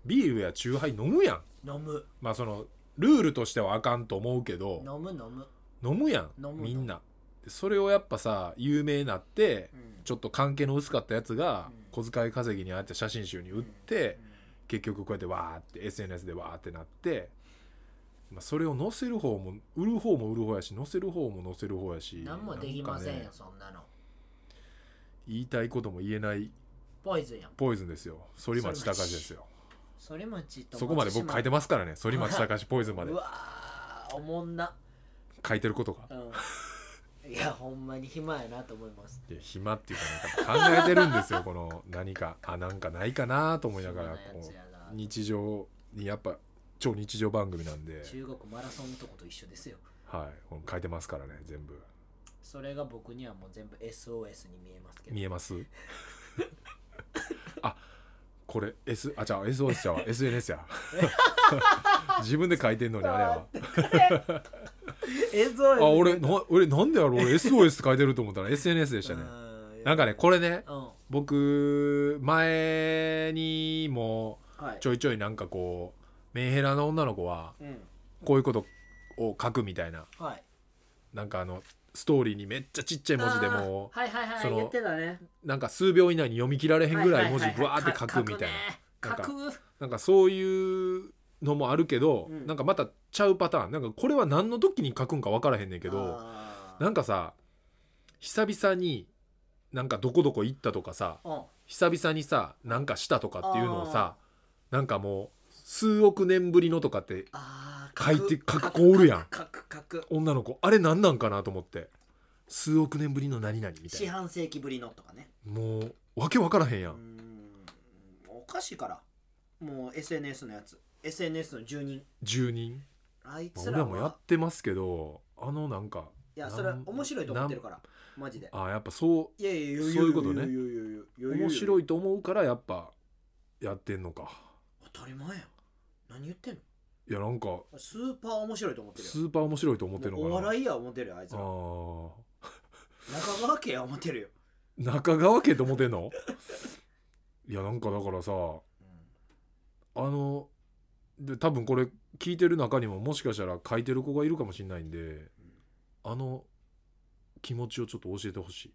S2: ビールやチューハイ飲むやん
S1: ん、飲む
S2: まあそのルールとしてはあかんと思うけど
S1: 飲む飲む、
S2: 飲むやん
S1: 飲むの
S2: みんなでそれをやっぱさ有名になって
S1: うん
S2: ちょっと関係の薄かったやつが
S1: うん
S2: 小遣い稼ぎにああやって写真集に売って、結局こうやってわーって SNS でわーってなって、まあ、それを載せる方も売る方も売る方やし載せる方も載せる方や
S1: う
S2: し
S1: ん、何もできませんよ、
S2: なんかね
S1: そんなの
S2: 言いたいことも言えない
S1: ポイズンやん
S2: ポイズンですよ反町隆史ですよ
S1: それ町と
S2: そこまで僕書いて
S1: ま
S2: ますからね反町隆史ポイズンまで
S1: うわーおもんな
S2: 書いてることが
S1: うんいやほんまに暇やなと思います
S2: いや暇っていうかなんか考えてるんですよこの何かあなんかないかなと思いながら
S1: 暇なや
S2: こ
S1: つ
S2: う
S1: やな
S2: 日常にやっぱ超日常番組なんで、
S1: 中国マラソンとこと一緒ですよ
S2: はい、この書いてますからね全部
S1: それが僕にはもう全部 SOS に見えますけど
S2: 見えます あこれ S あじゃあ SOS じゃうわ SNS や 自分で書いてんのにあれは
S1: SOS
S2: あ俺な俺なんでやろう俺 SOS って書いてると思ったら SNS でしたね
S1: うん
S2: なんかねこれね
S1: うん
S2: 僕前にも
S1: はい
S2: ちょいちょいなんかこうメンヘラの女の子は
S1: うん
S2: こういうことを書くみたいな
S1: はい
S2: なんかあのストーリーにめっちゃちっちゃい文字で
S1: あー
S2: も
S1: はいはいは
S2: そ
S1: い
S2: の
S1: 言ってたね
S2: うなんか数秒以内に読み切られへんぐらい文字
S1: はは
S2: ブワ
S1: は
S2: ーって書くみたいな
S1: か書くね
S2: なんか
S1: 書く
S2: なんかそういうのもあるけど、
S1: うん
S2: なんかまたちゃうパターンなんかこれは何の時に書くんか分からへんねんけど
S1: あー
S2: なんかさ久々になんかどこどこ行ったとかさ
S1: うん
S2: 久々にさなんかしたとかっていうのをさなんかもう数億年ぶりのとかって
S1: あ
S2: 書いて書く子
S1: お
S2: おるやん
S1: 書く書く
S2: 女の子あれ何なんかなと思って数億年ぶりの何々みたい
S1: 四
S2: な
S1: 半世紀ぶりのとかね
S2: もうわけ分からへんや
S1: うー
S2: ん
S1: んおかしいからもう SNS のやつ SNS の住人
S2: 住人、
S1: あい
S2: まあ、
S1: つ
S2: 俺
S1: ら
S2: らもや
S1: は
S2: ってますけどあのなんか
S1: いやそれは
S2: なん
S1: 面白いと思ってるからマジで
S2: あやっぱそう
S1: いやいや
S2: そういうことね面
S1: 面
S2: 白
S1: い
S2: いと思うからやっぱやってんのか
S1: 当たり前やん何言ってん
S2: いやなんか
S1: のスーパー面白いと思ってるよ
S2: スーパー面白いと思ってるのか
S1: もう
S2: な
S1: お笑いや思ってるよあいつら
S2: あ
S1: 中川家や思ってるよ、
S2: ー中川家と思ってんの いやなんかだからさあので多分これ聞いてる中にももしかしたら書いてる子がいるかもしれないんであの気持ちをちょっと教えてほし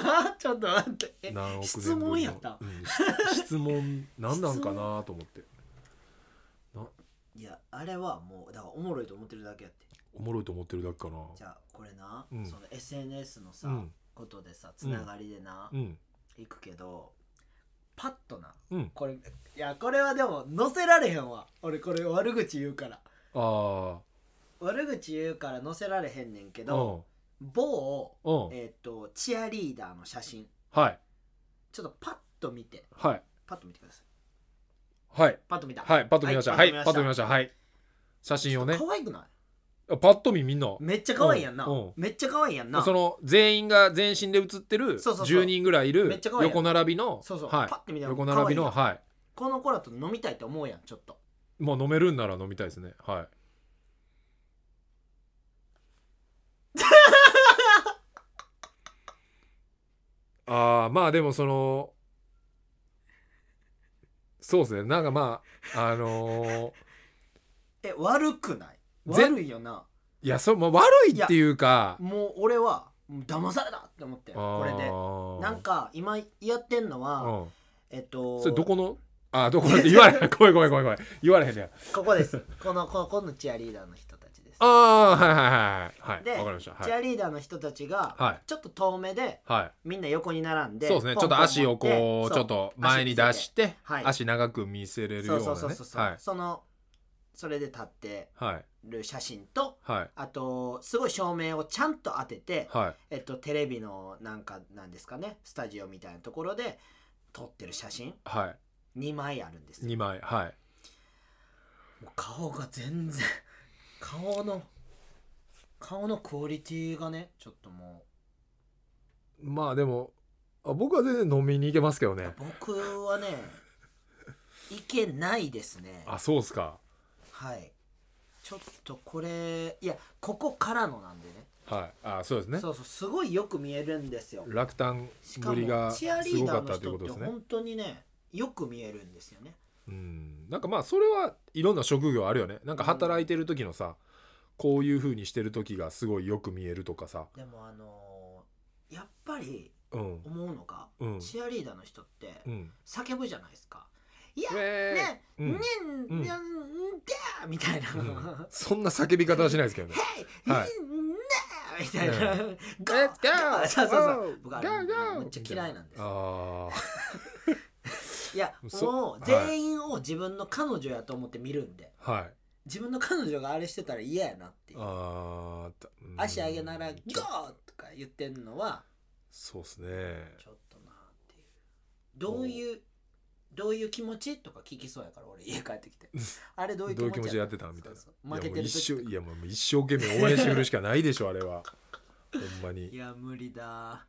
S1: うん ちょっと待って
S2: い
S1: え
S2: 何億年
S1: 質問やった
S2: ぶりのうんし質 問何なんかなと思って
S1: いやあれはもうだからおもろいと思ってるだけやって
S2: おもろいと思ってるだけかな
S1: じゃあこれな、
S2: うん
S1: その SNS のさ、
S2: うん
S1: ことでさつながりでな、
S2: うん
S1: 行くけどパッとな
S2: うん
S1: これいやこれはでも載せられへんわ俺これ悪口言うから
S2: あ
S1: 悪口言うから載せられへんねんけ
S2: あう
S1: ど
S2: ん
S1: 某、
S2: うん
S1: えっとチアリーダーの写真
S2: はい
S1: ちょっとパッと見て
S2: はい
S1: パッと見てください
S2: はい
S1: パッと見た
S2: はいパッと見ましたはいパッと見ま
S1: し
S2: したはい写真をね
S1: 可愛くない
S2: パッと見みんな
S1: めっちゃ可愛いやんな
S2: うんうん
S1: めっちゃ可愛いやんな
S2: その全員が全身で写ってる
S1: そうそうそう
S2: 10人ぐらいい
S1: めっ
S2: る
S1: ちゃ可愛いやん
S2: 横並びの
S1: そうそう、
S2: はい
S1: パッて見たら
S2: 横並びの
S1: 可愛いやん
S2: は
S1: この子らと飲みたいって思うやんちょっと
S2: いもう飲めるんなら飲みたいですね はいあーまあでもそのそうですねなんかまああのー
S1: え悪くない
S2: ぜ
S1: 悪いよない
S2: やそれもう悪いっていうか
S1: もう俺はもう騙されたって思ってこれで
S2: で
S1: なんか今やってんのは
S2: うん
S1: えっと
S2: それどこのあどこだって言 われへんごめんごめんごめんごめん言われへんねや
S1: ここです このこのこのチアリーダーの人たちです
S2: ああはいはいはい
S1: で
S2: はいわかりました
S1: チ
S2: は
S1: ア
S2: い
S1: リーダーの人たちが、
S2: はい
S1: ちょっと遠目で
S2: はい
S1: みんな横に並んで
S2: そうですね
S1: ポ
S2: ちょ
S1: ン
S2: っ
S1: ポン
S2: と足を
S1: 持
S2: こ
S1: て
S2: うちょっと前に出して
S1: はい
S2: 足長く見せれる
S1: そ
S2: よ
S1: う
S2: うな
S1: そうそう
S2: ね
S1: そうそう、
S2: はい
S1: そのそれで立って
S2: はい
S1: る写真と
S2: はい
S1: あとすごい照明をちゃんと当てて、
S2: はい
S1: えっと、テレビのなんかなんですかねスタジオみたいなところで撮ってる写真
S2: はい
S1: 2枚あるんですよ
S2: 2枚はい
S1: もう顔が全然顔の顔のクオリティがねちょっとも
S2: まあでもあ僕は全然飲みに行けますけど
S1: う
S2: ね
S1: 僕はねいけないですね
S2: あそうっすか
S1: はいちょっとこれいやここからのなんでね
S2: はいあそうですね
S1: そうそうすごいよく見えるんですよ
S2: 落胆
S1: しか
S2: ぶり
S1: も
S2: が
S1: チアリ
S2: す
S1: ー
S2: ごか
S1: ダー
S2: っ
S1: の
S2: たって
S1: 人
S2: こ
S1: っ
S2: と
S1: て
S2: ですね
S1: 本当にねよく見えるんですよね
S2: うんなんかまあそれはいろんな職業あるよねなんか働いてる時のさ、こういう風にしてる時がすごいよく見えるとかさ
S1: でもあのーやっぱり
S2: うん
S1: 思うのが、
S2: うん
S1: チアリーダーの人って
S2: うん
S1: 叫ぶじゃないですかいや、
S2: えー
S1: ね、ね
S2: うん
S1: ん、
S2: うん
S1: ねんでーみたいな、
S2: う
S1: は
S2: んそんな叫び方はしないですけどね
S1: い、
S2: はい
S1: ねーみたいな、
S2: う
S1: ゴー
S2: Let's go!
S1: そうそうそう
S2: Wow!
S1: 僕あれ
S2: Go, go!
S1: めっちゃ嫌いなんです
S2: ああ
S1: いや
S2: そ
S1: もう
S2: はい
S1: 全員を自分の彼女やと思って見るんで、
S2: はい
S1: 自分の彼女があれしてたら嫌やなっていう
S2: あーたうん
S1: 足上げなら「ゴー!」
S2: ちょ
S1: とか言ってんのは
S2: そうですね
S1: ちょっとなっていうどういうどういう気持ちとか聞きそうやから俺家帰ってきてあれどういう気
S2: どう
S1: 持
S2: い
S1: ち
S2: う気持ちでやってたみたいな
S1: そうそう負けてる
S2: いやもう一
S1: 時
S2: 生いやもう一生懸命応援してくるしかないでしょあ れはほんま
S1: い
S2: に
S1: や無理だ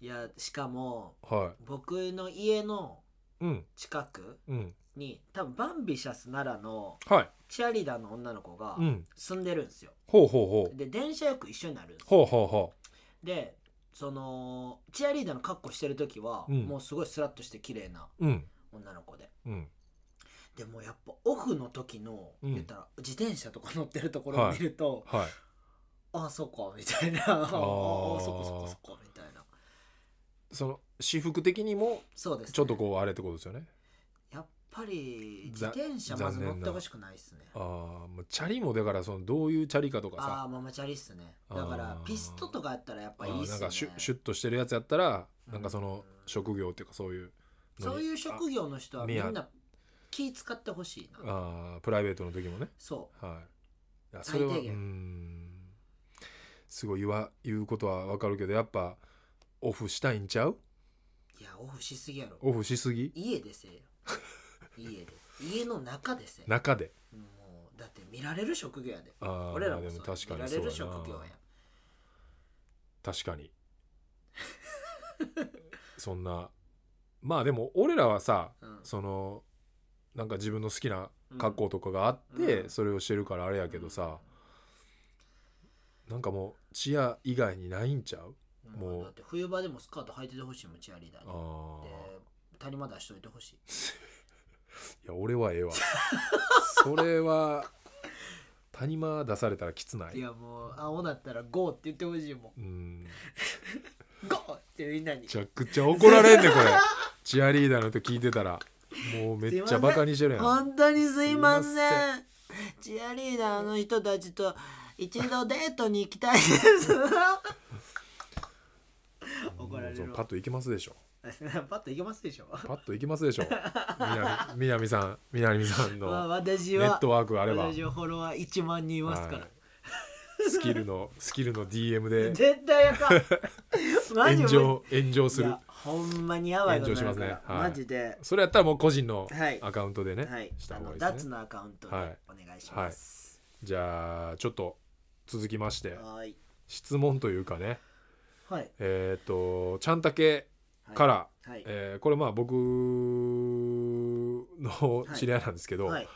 S1: いやしかも
S2: は
S1: 僕の家の
S2: いうん
S1: 近く
S2: うん
S1: に多分バンビシャス奈良の
S2: はい
S1: チアリーダーの女の子が
S2: うん
S1: 住んでるんですよ、
S2: ほうほうほう
S1: で電車よく一緒になるんですよ
S2: ほうほうほ
S1: でそのチアリーダーの格好してる時は、
S2: うん
S1: もうすごいスラッとして綺麗な
S2: ううん
S1: 女の子で
S2: うん
S1: でもやっぱオフの時の、
S2: うん
S1: 言ったら自転車とか乗ってるところを見ると、
S2: はい
S1: ああそうかみたいなああそ
S2: ー
S1: っかそっかそっかみたいな
S2: その私服的にも
S1: そうですね、
S2: ちょっとこうあれってことですよね
S1: やっぱり自
S2: ざ
S1: 転車まず乗ってほしくないっすね
S2: あーまあチャリもだからそのどういうチャリかとか
S1: あ
S2: さ
S1: あーママチャリっすねだか
S2: あ
S1: ら
S2: ー
S1: ピストとかやったらやっぱい
S2: あ
S1: いっ
S2: ーなん
S1: すね
S2: かシュシュッとしてるやつやったら
S1: うん
S2: なんかその職業っていうかそういうのに
S1: そういう職業の人はみ
S2: あ
S1: んな気使ってほしいな
S2: あープライベートの時もね
S1: そ
S2: はいいやそれはう
S1: 最低
S2: ー
S1: 限
S2: んすごい言わ言うことはわかるけどやっぱオフしたいんちゃう
S1: ういやオフしすぎやろ
S2: オフしすぎ
S1: 家で せえよ家で家の中でせえ
S2: 中で
S1: もうだって見られる職業やで
S2: あー
S1: 俺らも
S2: まあで
S1: そ
S2: も
S1: う
S2: 確
S1: 見
S2: かに
S1: ら
S2: そ
S1: れ
S2: う
S1: る
S2: や
S1: 職業
S2: な
S1: や
S2: 確かにそんなまあでも俺らはさ
S1: うん
S2: そのなんか自分の好きな格好とかがあって、
S1: うん
S2: それをしてるからあれやけどさ、なんかもうチア以外にないんちゃう
S1: うん
S2: もう
S1: だって冬場でもスカート履いててほしいもんチアリーダー
S2: あ
S1: に
S2: ー
S1: で谷間出しといてほしい
S2: いや俺はええわ それは谷間出されたらきつない
S1: いやもう青だったらゴーって言ってほしいも
S2: うん
S1: んゴーってみんなに
S2: めちゃくちゃ怒られんねこれチアリーダーの人聞いてたらもうめっちゃバカにしてるやん
S1: 本当にすいません
S2: すいま
S1: チアリーダーの人たちと一度デートに行きたいです 怒られ
S2: も
S1: る
S2: うパッといけますでしょ
S1: パッと行けますでしょ
S2: パッといけますで しょみなみさんみなみさん
S1: まあ
S2: の
S1: 私
S2: ネ
S1: は
S2: ットワークあれば
S1: 私はフォロワー1万人いますから、
S2: はいスキルのスキルの DM で
S1: 絶対やか んマジ
S2: 炎上炎上す
S1: い
S2: る
S1: やほんまにやばいことになるから、
S2: 炎上しますねは
S1: マ
S2: い
S1: ジで
S2: それやったらもう個人の
S1: はい
S2: アカウントでね、
S1: はい、
S2: した
S1: あ
S2: 方がい
S1: の
S2: いで
S1: 脱
S2: すね
S1: のアカウントで
S2: はい
S1: お願いします。
S2: じゃあちょっと続きまして
S1: はい。
S2: 質問というかね
S1: はい。
S2: えっ、とちゃんたけから、
S1: はい。
S2: えーこれまあ僕の
S1: はい
S2: 知り合いなんですけど、
S1: はい。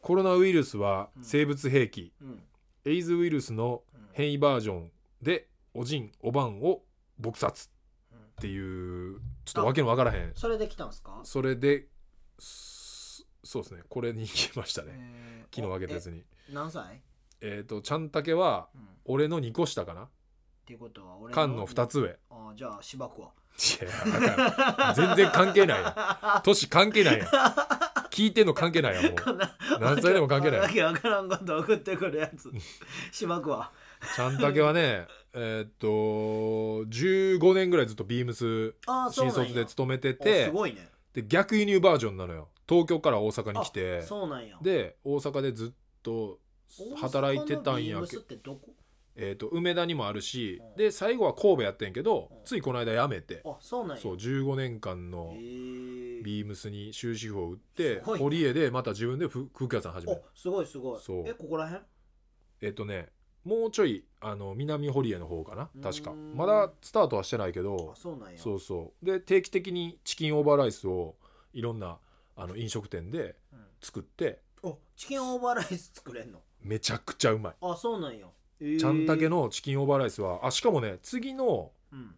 S2: コロナウイルスは
S1: うん
S2: 生物兵器、
S1: うん。
S2: エイズウイルスの変異バージョンでおじんおばんを撲殺
S1: うん
S2: っていうちょっとわけのわからへん
S1: それで来たんですか
S2: それですそうですねこれに行きましたね
S1: えー
S2: 昨日あげたやつ
S1: お
S2: に
S1: え何歳
S2: えっ、とちゃんたけは
S1: うん。っ
S2: 俺の2個下かな
S1: ていうことは俺
S2: 缶の2。つ上
S1: ああ、じゃあ、しばくわ。
S2: いやだから全然関係ないやん 年関係ないやん聞いてんの関係ないやんもう何歳でも関係ない
S1: わけわからんこと送ってくるやつ。しばくわ。
S2: ちゃんたけはねえーっと15年ぐらいずっとビームス
S1: ああ、そうな
S2: 新
S1: んや。
S2: 卒で勤めて
S1: お
S2: て
S1: すごいね。
S2: で逆輸入バージョンなのよ東京から大阪に来て
S1: そうなんや。
S2: で大阪でずっと働いてたんや
S1: 大阪のビーム
S2: け
S1: スってどこ
S2: えーっと梅田にもあるし
S1: うん
S2: で最後は神戸やってんけど
S1: うん
S2: ついこの間辞めて
S1: あ、そうなんや。
S2: そう
S1: へ
S2: 15年間の
S1: ー
S2: ビームスに終止符を打って
S1: すごいね
S2: 堀江でまた自分でふ空気屋さん始め
S1: お
S2: る
S1: すごいすごい
S2: そう
S1: えここら辺
S2: えっとねもうちょいあの南堀江の方かな確か
S1: うーん
S2: まだスタートはしてないけ
S1: あ
S2: ど
S1: そうなんや
S2: そうそうで定期的にチキンオーバーライスをいろんなあの飲食店で
S1: うん
S2: 作って
S1: おチキンオーバーライス作れんの
S2: めちゃくちゃうまい、
S1: あそうなんや
S2: ちゃんたけ
S1: の
S2: のチキンオーバーライスはあしかもね次の
S1: うん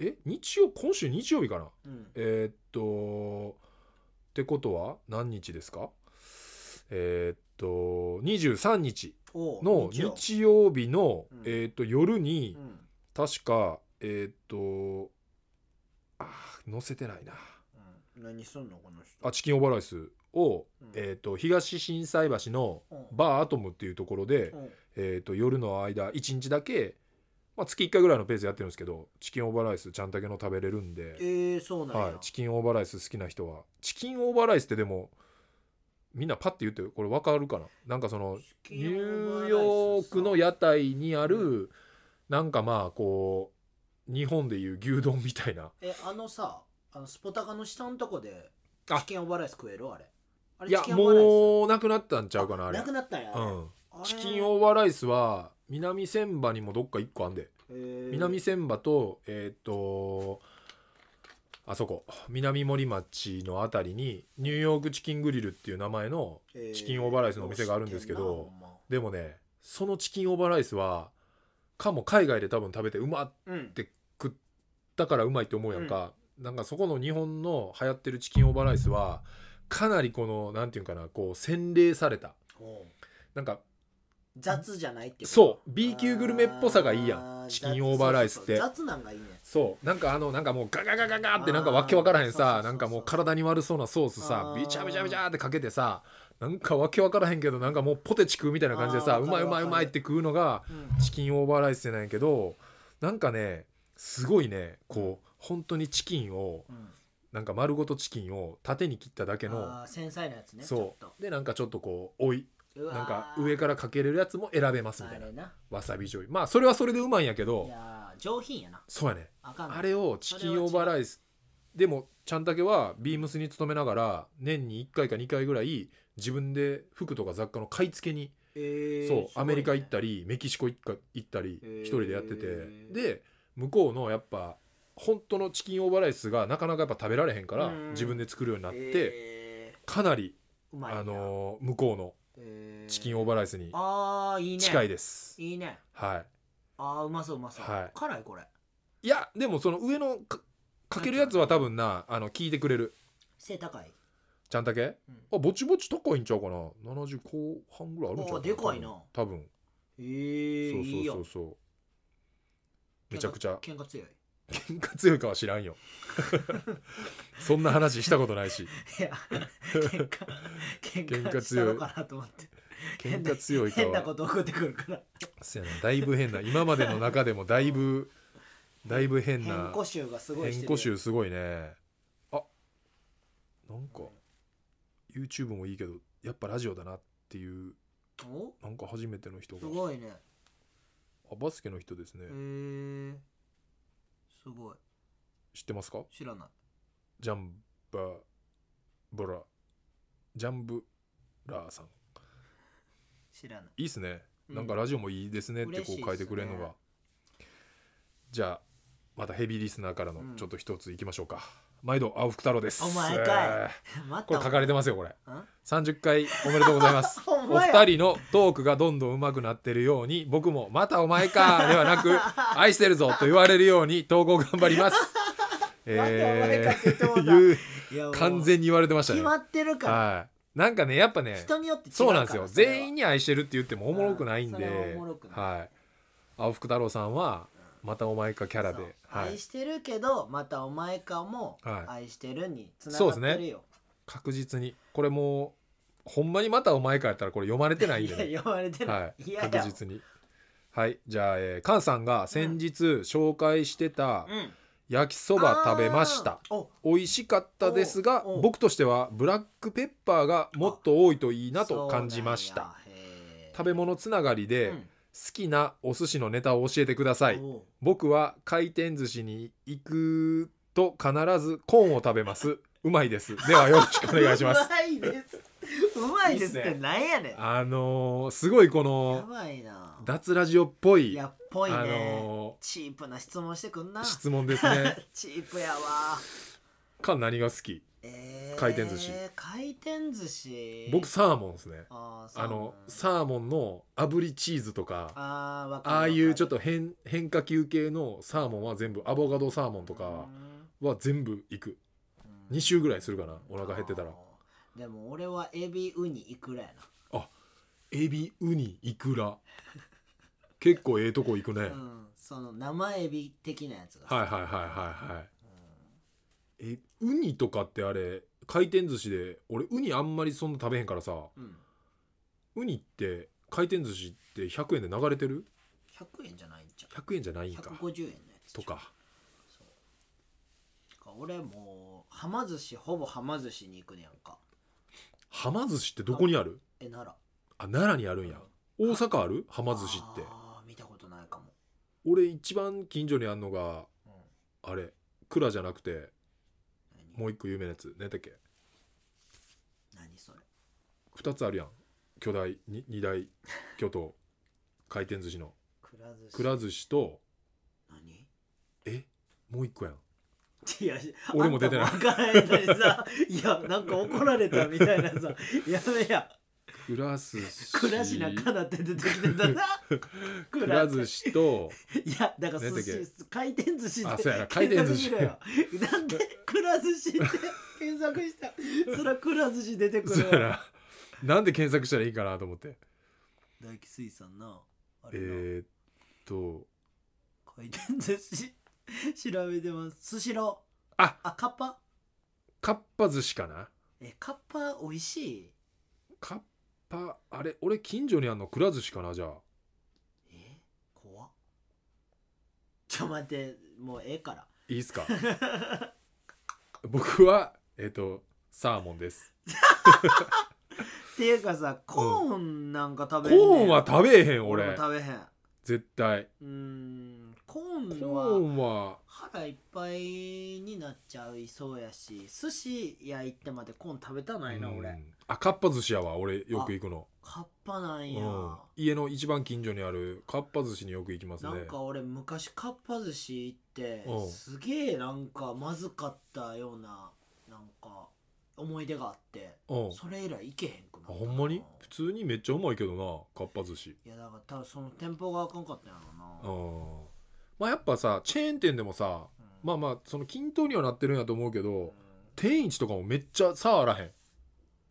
S2: え日曜今週日曜日かな
S1: うん
S2: えーっとってことは何日ですかえーっと23日
S1: お
S2: の
S1: 日曜
S2: 日曜日の、
S1: うん
S2: えーっと夜に
S1: うん
S2: 確かえーっとあー載せてないな
S1: うん何すんのこの人
S2: あチキンオーバーライスを、
S1: うん
S2: えーっと東心斎橋の
S1: うん
S2: バーアトムっていうところで、
S1: うん
S2: えーっと夜の間1日だけ、まあ、月1回ぐらいのペースでやってるんですけどチキンオーバーライスちゃんたけの食べれるんで
S1: え、ーそうなんや
S2: はい、チキンオーバーライス好きな人はチキンオーバーライスってでもみんなパッて言ってこれ分かるかななんかその
S1: チキ
S2: ニ
S1: ンオ
S2: ュー
S1: バラ
S2: ヨ
S1: イス
S2: ークの
S1: さ
S2: 屋台にあるなんかまあこう日本でいう牛丼みたいな
S1: えあのさあのスポタカの下のとこで
S2: あ
S1: チキンオーバーライス食えるあれあれ
S2: いや
S1: チキンオーバーライス
S2: もうなくなったんちゃうかなあれ
S1: なくなったんやあ
S2: う
S1: れ
S2: ん、
S1: あれ
S2: チキンオーバーライスは南千葉にもどっか1個あんで
S1: えー
S2: 南千葉とえーっとあそこ南森町のあたりにニューヨークチキングリルっていう名前の
S1: えー
S2: チキンオーバーライスのお店があるんですけど
S1: 知ってんなほんま
S2: でもねそのチキンオーバーライスはかも海外で多分食べてうまっ
S1: うん
S2: 食ったからうまいって思うやんか、なんかそこの日本の流行ってるチキンオーバーライスはかなりこのなんていうんかなこう洗礼された
S1: おう
S2: なんか
S1: 雑じゃないってこと
S2: そう B 級グルメっぽさがいいやん
S1: あーあ
S2: チキンオーバーライスっ
S1: そうそう
S2: て
S1: そう雑なんがいいね
S2: そうなんかあのなんかもうガガガガガってなんかわけわからへん
S1: あ
S2: さ
S1: ー
S2: なんかもう体に悪そうなソースさ
S1: あー
S2: ビチャビチャビチャってかけてさなんかわけわからへんけどなんかもうポテチ食うみたいな感じでさ
S1: あーわ
S2: うま
S1: か
S2: い
S1: る
S2: うまいうまいって食うのが
S1: うん
S2: チキンオーバーライスじゃないけどなんかねすごいねこう本当にチキンを
S1: うん
S2: なんか丸ごとチキンを縦に切っただけの
S1: あー繊細なやつね
S2: そ
S1: ちょっ
S2: うでなんかちょっとこうおい
S1: とうわー
S2: なんか上からかけれるやつも選べますみたいな
S1: あれな
S2: わさび醤油まあそれはそれでうまいんやけ
S1: い
S2: ど
S1: やー上品やな
S2: そうやね
S1: あかんない
S2: あれをチキンオーバーライスでもちゃんたけはビームスに勤めながら年に1回か2回ぐらい自分で服とか雑貨の買い付けに、
S1: えー
S2: そう、
S1: すごいね
S2: アメリカ行ったりメキシコ行っか行ったり
S1: へー
S2: 一人でやってて、で向こうのやっぱ本当のチキンオーバーライスがなかなかやっぱ食べられへんから
S1: うん
S2: 自分で作るようになって
S1: え
S2: かなり、
S1: ーうまいな
S2: あのー向こうの
S1: えー
S2: チキンオーバーライスに
S1: ああいいね
S2: 近い
S1: で
S2: です、
S1: いいね
S2: はい
S1: ああうまそううまそう、
S2: はい
S1: 辛いこれ
S2: いやでもその上のかかけるやつは多分なあの聞いてくれる
S1: 背高い
S2: ちゃんたけ、あぼちぼち高いんちゃうかな70後半ぐらいあるんちゃう
S1: あでかいな
S2: 多分
S1: え
S2: 多
S1: ー、
S2: 分
S1: いい
S2: そうそうそ
S1: よ
S2: うそうめちゃくちゃ
S1: 喧嘩喧嘩強い
S2: 喧嘩強いかは知らんよ そんな話したことないし
S1: いや喧嘩喧
S2: 喧
S1: 嘩
S2: 嘩強い
S1: したのかなと思って
S2: 喧嘩強いか
S1: 変な
S2: は
S1: こと送ってくるから
S2: せやなだいぶ変な今までの中でもだいぶだいぶ変
S1: 変
S2: な
S1: 更集がすごいして
S2: 変
S1: る
S2: 更集すごいねあなんか YouTube もいいけどやっぱラジオだなっていう
S1: お
S2: なんか初めての人
S1: す
S2: が
S1: ごいね
S2: あバスケの人ですね
S1: へえー、すごい
S2: 知ってますか
S1: 知らない
S2: ジャンバブラジャンブラーさん
S1: 知らない
S2: いいっすね、
S1: うん
S2: なん かラジオもいいですねってこ
S1: 嬉しいっす
S2: う
S1: ね
S2: 書いてくれるのが、じゃあまたヘビーリスナーからの
S1: うん
S2: ちょっと一ついきましょうか、毎度青福太郎です
S1: お前かい
S2: え
S1: また
S2: ーこれ書かれてますよこれ
S1: ん
S2: 30回おめでとうございます
S1: ほん
S2: お
S1: まや
S2: 二人のトークがどんどん上手くなってるように僕も「またお前か」では なく「愛してるぞ」と言われるように投稿頑張ります
S1: 前かって言ってもうた
S2: いう
S1: いやもう
S2: 完全に言われてましたね
S1: 決まってるから
S2: はい、なんかねやっぱね
S1: 人によって違うから
S2: そうなんですよ
S1: それは
S2: 全員に愛してるって言ってもおもろくないん
S1: うんそれは
S2: で
S1: おもろくない
S2: はい青福太郎さんはまたお前かキャラ
S1: そう
S2: で、はい
S1: 愛、してるけどまたお前かも
S2: はい
S1: 愛してるにつな
S2: そう
S1: がっ
S2: ですね
S1: てるよ、
S2: 確実にこれもうほんまにまたお前かやったらこれ読まれてないん で
S1: い
S2: ね、
S1: や呼ばれてる、
S2: はい
S1: 、や
S2: い、確実にはいじゃあ、えー、カンさんが先日紹介してた
S1: うん
S2: 焼きそば食べました
S1: あーお
S2: 美味しかったですが
S1: おうおう
S2: 僕としてはブラックペッパーがもっと多いといいなと感じまし
S1: そう
S2: た
S1: なんやへー
S2: 食べ物つながりで、
S1: うん
S2: 好きなお寿司のネタを教えてください
S1: おう
S2: 僕は回転寿司に行くと必ずコーンを食べますうまいですではよろしくお願いしま
S1: う
S2: す
S1: まいですうまいですっ
S2: いい
S1: て
S2: っすね
S1: なんやねんや
S2: あのーすごいこの
S1: ばいな
S2: 脱ラジオっぽい
S1: いやっぽいね、
S2: あの
S1: チープな質問してくんな
S2: ー質問で すね
S1: チープやわ、
S2: か何が好き
S1: えー
S2: 回転寿司
S1: 回転寿司
S2: 僕サーモンですね
S1: あーそう
S2: あのサーモンの炙りチーズとか
S1: あーわかる
S2: ああいうちょっ
S1: わ
S2: と変変化球系のサーモンは全部アボカドサーモンと
S1: かる
S2: かは全部いく2週ぐらいするかなお腹減ってたら
S1: あーでも俺はエビウニいくらや
S2: エビウニイクラ結構ええとこ行く
S1: な、
S2: ね、
S1: うん、その生エビ的なやつが
S2: はいはいはいはいはいえウニとかってあれ回転寿司で俺ウニあんまりそんな食べへんからさ
S1: い、うん、
S2: ウニって回転寿司って100円で流れてる
S1: 100円じゃないんちゃう
S2: 100円じゃないんか
S1: 150円のやつ
S2: とか
S1: そう俺もうはま寿司ほぼはま寿司に行くねやんか
S2: はま寿司ってどこにある
S1: えなら
S2: あ奈良にあるんや大阪あるはま寿司って
S1: あー見たことないかも、
S2: 俺一番近所にあんのが
S1: うん
S2: あれ蔵じゃなくて
S1: 何
S2: もう一個有名なやつ何だっけ
S1: 何それ
S2: 2つあるやん巨大に二大巨頭回転寿司の
S1: くら寿司
S2: くら寿司と
S1: 何
S2: えもう一 個やん
S1: いや
S2: 俺も出てない
S1: あんた分からへんのにさいやなんか怒られたみたいなさやめや
S2: くら寿司
S1: くらしなかなって出てきてたな
S2: くら寿司と
S1: いやだから寿
S2: 何だっ
S1: 司回転寿司
S2: あ
S1: で
S2: そうやな回転寿司
S1: 検索しろよ なんでくら寿司って検索したそらくら寿司出てく
S2: そ
S1: る
S2: うや
S1: わ
S2: ななんで検索したらいいかなと思って
S1: 大気水産なあれな、
S2: えー、っと
S1: 回転寿司調べてますスシロー
S2: あ
S1: あカッパ
S2: かっぱ寿司かな
S1: えカッパ美味しい
S2: かっぱあれ俺近所にあんのくら寿司かなじゃあ
S1: え怖っちょ待ってもうええから
S2: いいっす か僕はえっ、とサーモンです
S1: っていうかさコーンなんか食
S2: コ
S1: べへんねん
S2: ーンは食べえへん
S1: 俺
S2: 俺
S1: も食べへん
S2: 絶対
S1: うーんコ
S2: コ
S1: ーン
S2: ー
S1: は
S2: ンは
S1: 腹いっぱいになっちゃいそうやし寿司屋行ってまでコーン食べたないな、
S2: う
S1: 俺
S2: んあかっぱ寿司やわ俺よく行くの、
S1: カッパなんや、
S2: うん、家の一番近所にあるかっぱ寿司によく行きますね
S1: なんか俺昔かっぱ寿司行って
S2: うん
S1: すげえなんかまずかったようななんか思い出があって
S2: うんあ
S1: それ以来行けへんくなったな
S2: ほんまに普通にめっちゃうまいけどなかっぱ寿司
S1: いやだから多分その店舗があかんかったんや
S2: う
S1: ろうな、
S2: んまあやっぱさチェーン店でもさまあまあその均等にはなってるんやと思うけ
S1: あ
S2: ど天一とかもめっちゃ差あらへん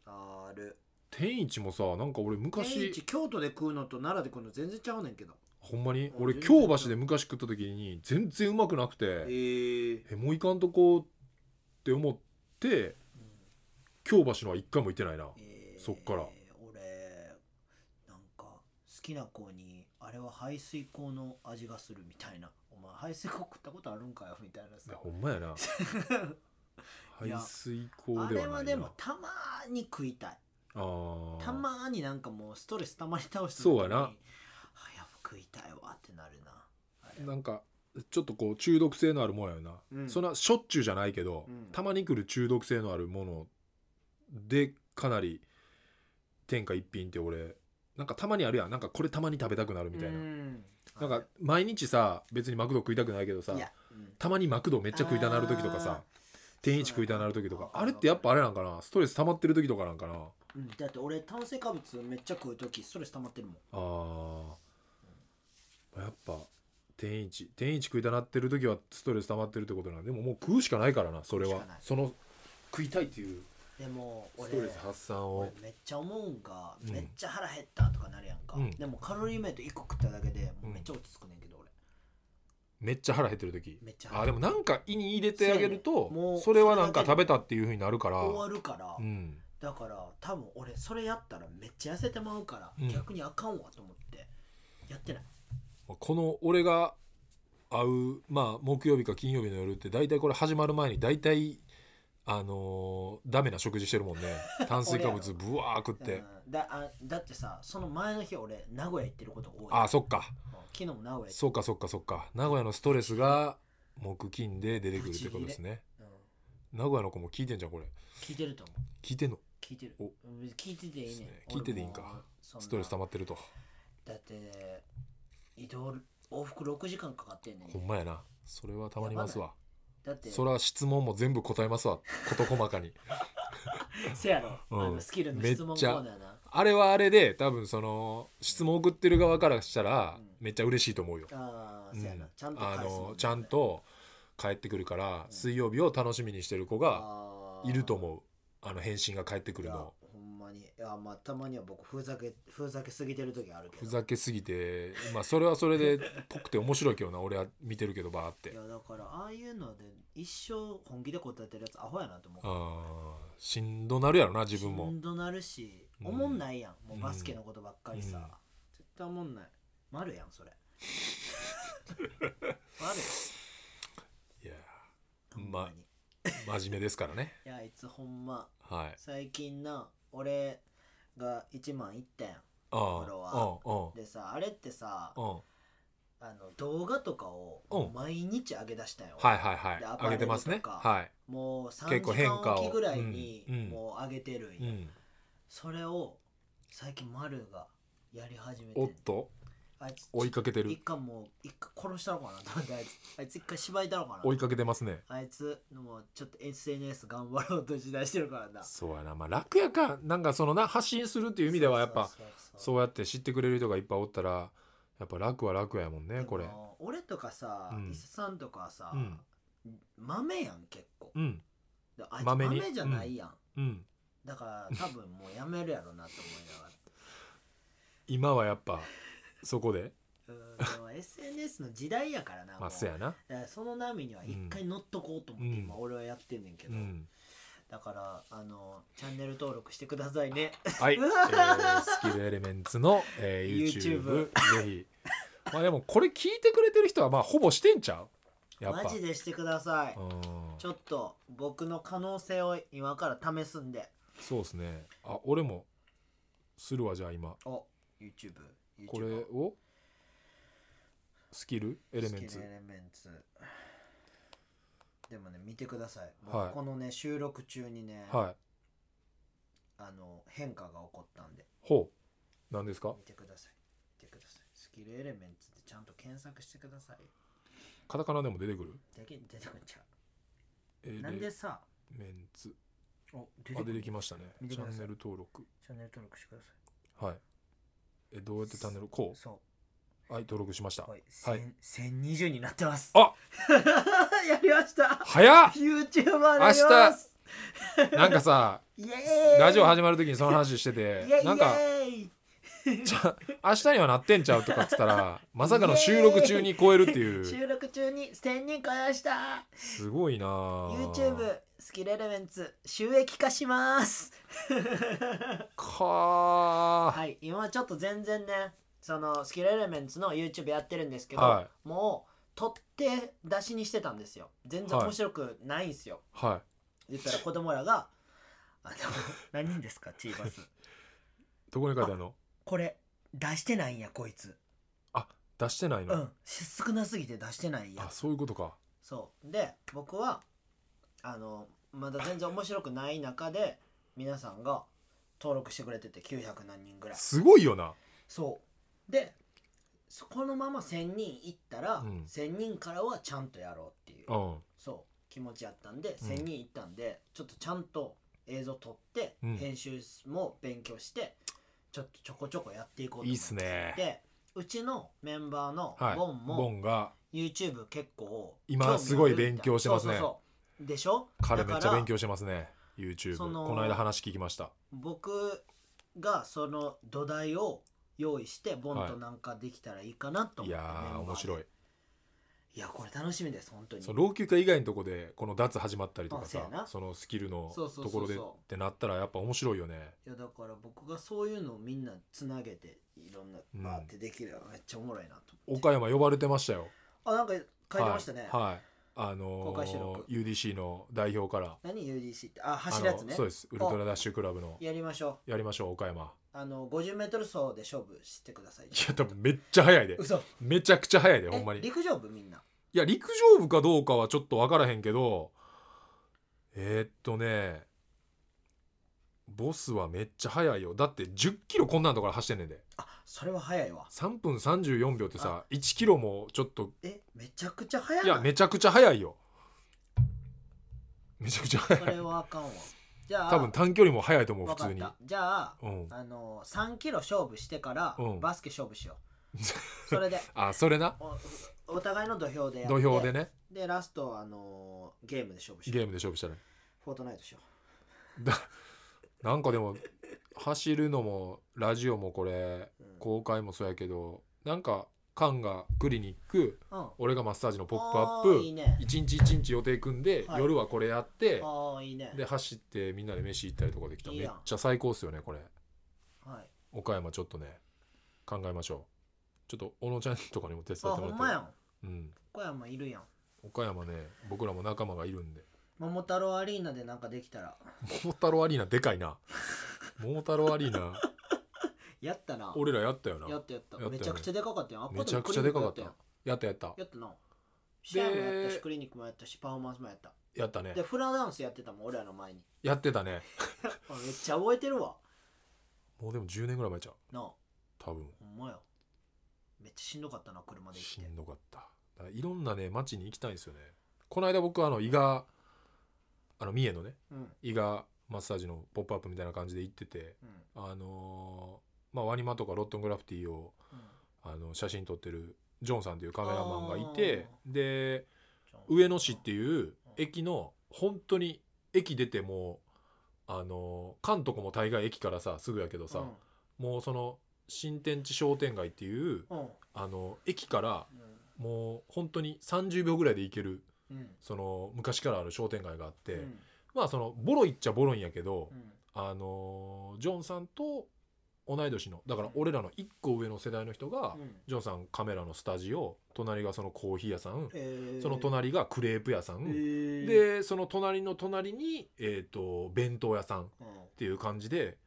S1: ある
S2: 天一もさなんか俺
S1: 天
S2: 昔
S1: 一京都で食うのと奈良で食うの全然ちゃうねんけど
S2: ほんまに
S1: うん
S2: 俺
S1: 全然
S2: 京橋で昔食った時に全然うまくなく
S1: え
S2: て
S1: ー
S2: えもういかんとこって思って京橋のは一回も行ってないな
S1: えー
S2: そっから
S1: 俺なんか好きな子にあれは排水口の味がするみたいなお前排水口食ったことあるんかよみたいない
S2: や
S1: さ
S2: ほんまやな
S1: いや
S2: 排水口では
S1: あ
S2: ないな
S1: れはでもたまーに食いたい
S2: あー
S1: たまーになんかもうストレスたまり倒して
S2: そうやな
S1: あやっぱ食いたいわってなるなあれは
S2: なんかちょっとこう中毒性のあるもんやよな、
S1: うん
S2: そんなしょっちゅうじゃないけど、
S1: うん
S2: たまに来る中毒性のあるものでかなり天下一品って俺なんかたまにあるやんなんかこれたまに食べたくなるみたいな、
S1: うん
S2: なんか毎日さ別にマクド食いたくないけどさ
S1: いやうん
S2: たまにマクドめっちゃ食いたなる時とか
S1: あ
S2: さ
S1: ー
S2: 天一食いたなる時とか
S1: そうやな
S2: あれってやっぱあれなんかなストレス溜まってる時とかなんかな
S1: うんだって俺炭水化物めっちゃ食う時ストレス溜まってるもん
S2: あーやっぱ天一天一食いたなってる時はストレス溜まってるってことなんでももう食うしかないからなそれ
S1: 食う
S2: は
S1: しかない
S2: その食いたいっていう
S1: でも
S2: ス
S1: 俺
S2: トレス発散を
S1: 俺めっちゃ思うんが、
S2: うん
S1: めっちゃ腹減ったとかなるやんか、
S2: うん
S1: でもカロリーメイト1個食っただけでもううんめっちゃ落ち着くねんけど俺
S2: めっちゃ腹減ってる時
S1: めっちゃ
S2: あーでもなんか胃に入れてあげる
S1: そうやねんも
S2: と
S1: う
S2: それはなんか食べたっていうふうになるから
S1: 終わるから、
S2: うん
S1: だから多分俺それやったらめっちゃ痩せてまうから、
S2: うん
S1: 逆にあかんわと思ってやってない
S2: この俺が会う、まあ、木曜日か金曜日の夜って大体これ始まる前に大体あのーダメな食事して るもんね炭水化物ぶわー食っ
S1: う
S2: て
S1: んだあだってさその前の日俺名古屋行ってることが多い
S2: ああそっか
S1: うん昨日も名古屋行って
S2: そっかそっかそっか名古屋のストレスが木金で出てくるってことですね
S1: うん
S2: 名古屋の子も聞いてんじゃんこれ
S1: 聞いてると思う
S2: 聞いてんの
S1: 聞いてる
S2: お
S1: うん聞いてていいねん
S2: ですね聞いてていいんか
S1: 俺もそんな
S2: ストレス溜まってると
S1: だって移動往復6時間かかってんねん
S2: ほんまやなそれはたまりますわ
S1: だって
S2: それは質問も全部答えますわ事細かに
S1: せやろ、
S2: うん
S1: あのスキルの質問コーナーな。
S2: あれはあれで多分その質問送ってる側からしたら
S1: うん
S2: めっちゃ嬉しいと思うよ。
S1: ああ、
S2: うん
S1: せやな。ちゃんと
S2: あ
S1: 返すもんね
S2: のちゃんと帰ってくるから
S1: うん
S2: 水曜日を楽しみにしてる子が
S1: あー
S2: いると思うあの返信が返ってくるの
S1: いやほんまに。いや、まあ、たまには僕、ふざけ、ふざけすぎてる時あるけど。
S2: ふざけすぎてまあそれはそれでぽくて面白いけどな俺は見てるけどバーって
S1: いや、だから、ああいうので、一生本気で答えてるやつ、アホやなと思う。
S2: あーしんどなるやろな自分
S1: し
S2: も
S1: んどなるし、
S2: うん
S1: おもんないやん。もうバスケのことばっかりさ。
S2: うん
S1: 絶対おもんない。丸やん、 それ。丸
S2: いや
S1: やん。
S2: まあ
S1: ほんにい
S2: 真面目ですからね
S1: や、あいつほんま、
S2: はい
S1: 最近な、俺が1万いったやん。
S2: あ
S1: フォ
S2: ー
S1: ロワ
S2: あ
S1: でさあれってさ
S2: うんうん
S1: あの動画とかを
S2: うん
S1: 毎日上げ出したよ、
S2: はいはいはい
S1: で
S2: 上げてますね
S1: アパレルとか
S2: は
S1: もう3
S2: 結
S1: 時
S2: 構変
S1: 間
S2: 化
S1: お
S2: を
S1: きぐらいに
S2: うんうん
S1: もう上げてるん
S2: い、う
S1: や、
S2: ん、
S1: それを最近マルがやり始めてん
S2: おっと
S1: あいつ
S2: 追いかけてる
S1: 一回もう一回殺したのかなと思ってあいつあいつ一回芝居たのかな
S2: 追いかけてますね
S1: あいつもうちょっと SNS 頑張ろうと時代してるからな
S2: そうやな、まあ、楽やかなんかそのな発信するっていう意味ではやっぱ
S1: そうそうそう
S2: そうやって知ってくれる人がいっぱいおったらやっぱ楽は楽やもん
S1: で
S2: ね
S1: も
S2: これ
S1: 俺とかさ、
S2: うん
S1: 伊勢さんとかはさ、
S2: うん
S1: 豆やん結構
S2: うん
S1: であいつ
S2: 豆
S1: 豆
S2: に
S1: じゃないやん
S2: うん
S1: だから多分もうやめるやろなと思いながら
S2: 今はやっぱそこで
S1: うーんでも SNS の時代やからな、もう
S2: まあそやな
S1: だからその波には一回乗っとこうと思って、
S2: うん
S1: 今俺はやってんねんけ
S2: う
S1: ど、
S2: ん
S1: だからあのチャンネル登録してくださいね
S2: はい、えースキルエレメンツの、えー
S1: YouTube
S2: YouTube ぜひまあでもこれ聞いてくれてる人はまあほぼしてんちゃうやっぱ
S1: マジでしてください、
S2: うん
S1: ちょっと僕の可能性を今から試すんで
S2: そうですねあ俺もするわじゃあ今
S1: お YouTube, YouTube
S2: これをスキルエレメン
S1: スキ
S2: ツ
S1: ルエレメンツでもね見てください、
S2: はい
S1: 僕このね収録中にね、
S2: はい
S1: あの変化が起こったんで
S2: ほう何ですか
S1: 見てください見てくださいスキルエレメンツってちゃんと検索してください
S2: カタカナでも出てくる
S1: だけ出てくんちゃ
S2: エレ
S1: うなんでさ
S2: メンツ
S1: お出
S2: あ
S1: く
S2: 出
S1: る
S2: てきましたね
S1: 見て
S2: チ
S1: く
S2: ャ
S1: ださい
S2: ンネル登録
S1: チャンネル登録してください
S2: はいえどうやってチャンネルこ
S1: そう
S2: うはい登録しました、
S1: うはい、千千二1020になってます
S2: あ
S1: やりました
S2: 早っ
S1: YouTuber でやります
S2: なんかさ
S1: イエーイ
S2: ラジオ
S1: め
S2: 始まる時にその話しててなんかじゃ明日にはなってんちゃうとかっつったらまさかの収録中に超えるっていう
S1: 収録中に1000人超えました
S2: すごいなあ
S1: YouTube スキルエレメンツ収益化します
S2: か
S1: はい今ちょっと全然ねそのスキルエレメンツの YouTube やってるんですけ
S2: ー
S1: ど、
S2: は
S1: もう取って出しにしてたんですよ全然面白くないんすよ、
S2: いはい
S1: 言ったら子供らが「あの何人ですかチーバス
S2: どこに書いてあるの
S1: これ出してないんやこいつ」
S2: 出してないの、
S1: うん少なすぎて出してないんや
S2: あそういうことか
S1: そうで僕はあのまだ全然面白くない中で皆さんが登録してくれてて900何人ぐらい
S2: すごいよな
S1: そうでそこのまま1000人いったら、
S2: うん
S1: 1000人からはちゃんとやろうっていう
S2: うん
S1: そう気持ちやったんで
S2: うん
S1: 1000人いったんで、ちょっとちゃんと映像撮って、
S2: うん
S1: 編集も勉強してちょっとちょこちょこやっていこうと思
S2: いい
S1: っ
S2: ってすね
S1: でうちのメンバーの
S2: はい
S1: ボンも、
S2: ボンが
S1: YouTube 結構
S2: 今
S1: 興味ある
S2: すごい勉強してますね
S1: そうそうそうでしょ
S2: 彼
S1: だ
S2: め
S1: か
S2: っ
S1: ら
S2: ちゃ勉強してますね YouTube
S1: その
S2: この間話聞きました
S1: 僕がその土台を用意してボンとなんかできたらいいかなと思
S2: い
S1: って、
S2: やー面白
S1: い
S2: い
S1: いやこれ楽しみです本当に
S2: その老朽化以外のとこでこの脱始まったりとか
S1: あそう
S2: さ
S1: やな
S2: そのスキルの
S1: そうそうそうそう
S2: ところでってなったらやっぱ面白いよね
S1: いやだから僕がそういうのをみんなつなげていろんな
S2: うん
S1: バーってできればめっちゃおもろいなと思って、
S2: 岡山呼ばれてましたよ
S1: あなんか書いてましたね、
S2: はい、はいあ
S1: 公
S2: の
S1: 開収録
S2: ー、UDC の代表から
S1: 何 UDC ってあ走るやつ
S2: あの
S1: ね
S2: そうですウルトラダッシュクラブの
S1: やりましょ
S2: やりましょう岡山
S1: う あの 50m 走で勝負してくださいい
S2: いや多分めっちゃ早いで
S1: 嘘
S2: めちゃくちゃ早いでほ
S1: え
S2: んまに
S1: 陸上部みんない
S2: や陸上部かどうかはちょっと分からへんけどえーっとねボスはめっちゃ速いよだって1 0キロこんなんところ走ってんねんで
S1: あそれは早いわ
S2: 3分34秒ってさ1キロもちょっと
S1: えめちゃくちゃ早い
S2: いやめちゃくちゃ速いよめちゃくちゃ速
S1: そ
S2: い
S1: れはあかんわじゃあ
S2: 多分短距離も速いと思う
S1: わ
S2: 普
S1: か
S2: 通
S1: っ
S2: に
S1: たじゃあ
S2: うん
S1: あの3キロ勝負してから
S2: うん
S1: バスケ勝負しよう、それで
S2: あそれな
S1: おお互いの土俵でやって
S2: 土俵でね
S1: でラストあのーゲームで勝負し
S2: ゲ
S1: よう
S2: ームで勝負したら
S1: フォートナイトしよ
S2: だなんかでも走るのもラジオもこれ
S1: う、うん、
S2: 公開もそうやけどなんかカンがクリニック
S1: うん
S2: 俺がマッサージのポップアッ
S1: あーいい
S2: プ
S1: ね
S2: 一日一日予定組んで、
S1: はい
S2: 夜はこれやって
S1: ああいいね
S2: で走ってみんなで飯行ったりとかできた
S1: いい
S2: め
S1: や
S2: っ
S1: ん
S2: ちゃ最高っすよねこれ
S1: はい
S2: 岡山ちょっとね考えましょうちょっと小野ちゃんとかにも手
S1: あ
S2: 伝っ
S1: ほ
S2: てもら
S1: ん
S2: っ
S1: ま
S2: て
S1: やん
S2: うん、
S1: 小山いるやん
S2: 岡山ね僕らも仲間がいるんで
S1: 桃太郎アリーナでなんかできたら
S2: 桃太郎アリーナでか いな桃太郎アリーナ
S1: やったな
S2: 俺らやったよな
S1: やったやった
S2: やったよね
S1: めちゃくちゃでかかったやんあっこでも
S2: めちゃくちゃでかかった
S1: クリニックや
S2: やったやった
S1: やんやったなシェアもやったしクリニックもやったしパフォーマンスもやった
S2: やったね
S1: でフラダンスやってたもん俺らの前に
S2: やってたね
S1: あめっちゃ覚えてるわ
S2: もうでも10年ぐらい前ちゃう
S1: なあ
S2: 多分
S1: ほんまよめっちゃしんどかったな車で
S2: し
S1: 行って
S2: んどかっただからいろんなね町に行きたいんですよねこの間僕あの伊賀あの三重のね
S1: うん
S2: 伊賀マッサージのポップアップみたいな感じで行ってて
S1: うん
S2: あのーまあワニマとかロットングラフィティを
S1: うん
S2: あの写真撮ってるジョンさんというカメラマンがいてで
S1: ちょ
S2: 上野市っていう駅の本当に駅出てもうあのー関とこも大概駅からさすぐやけどさ、
S1: うん
S2: もうその新天地商店街っていう
S1: うん
S2: あの駅からもう本当に30秒ぐらいで行ける
S1: うん
S2: その昔からある商店街があって、
S1: うん
S2: まあそのボロいっちゃボロいんやけど、
S1: うん
S2: あのジョンさんと同い年のだから
S1: うん
S2: 俺らの1個上の世代の人が、
S1: うん
S2: ジョンさんカメラのスタジオ隣がそのコーヒー屋さん、
S1: えー
S2: その隣がクレープ屋さ
S1: え
S2: ん、
S1: ー
S2: でその隣の隣に、えー、と弁当屋さんっ
S1: うん
S2: ていう感じで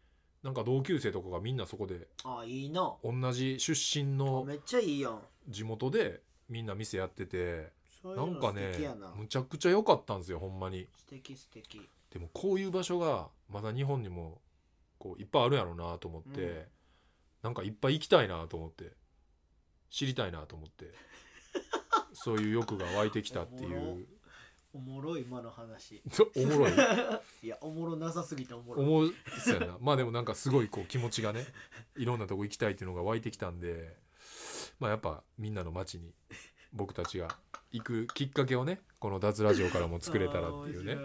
S2: なんか同級生とかがみんなそこで
S1: あいいな
S2: 同じ出身の
S1: めっちゃいいやん
S2: 地元でみんな店やってて
S1: そうい
S2: な
S1: うんの
S2: か
S1: 素
S2: ね
S1: 敵やな
S2: むちゃくちゃ良かったんですよほんまに
S1: 素敵素敵
S2: でもこういう場所がまだ日本にもこういっぱいあるやろうなと思って、
S1: うん
S2: なんかいっぱい行きたいなと思って知りたいなと思ってそういう欲が湧いてきたってい
S1: おもろ
S2: う
S1: おもろい今の 話
S2: おもろい
S1: いやおもろなさすぎておもろい
S2: 思うそうやなまあでもなんかすごいこう気持ちがねいろんなとこ行きたいっていうのが湧いてきたんでまあやっぱみんなの街に僕たちが行くきっかけをねこの脱ラジオからも作れたらっていうね
S1: あ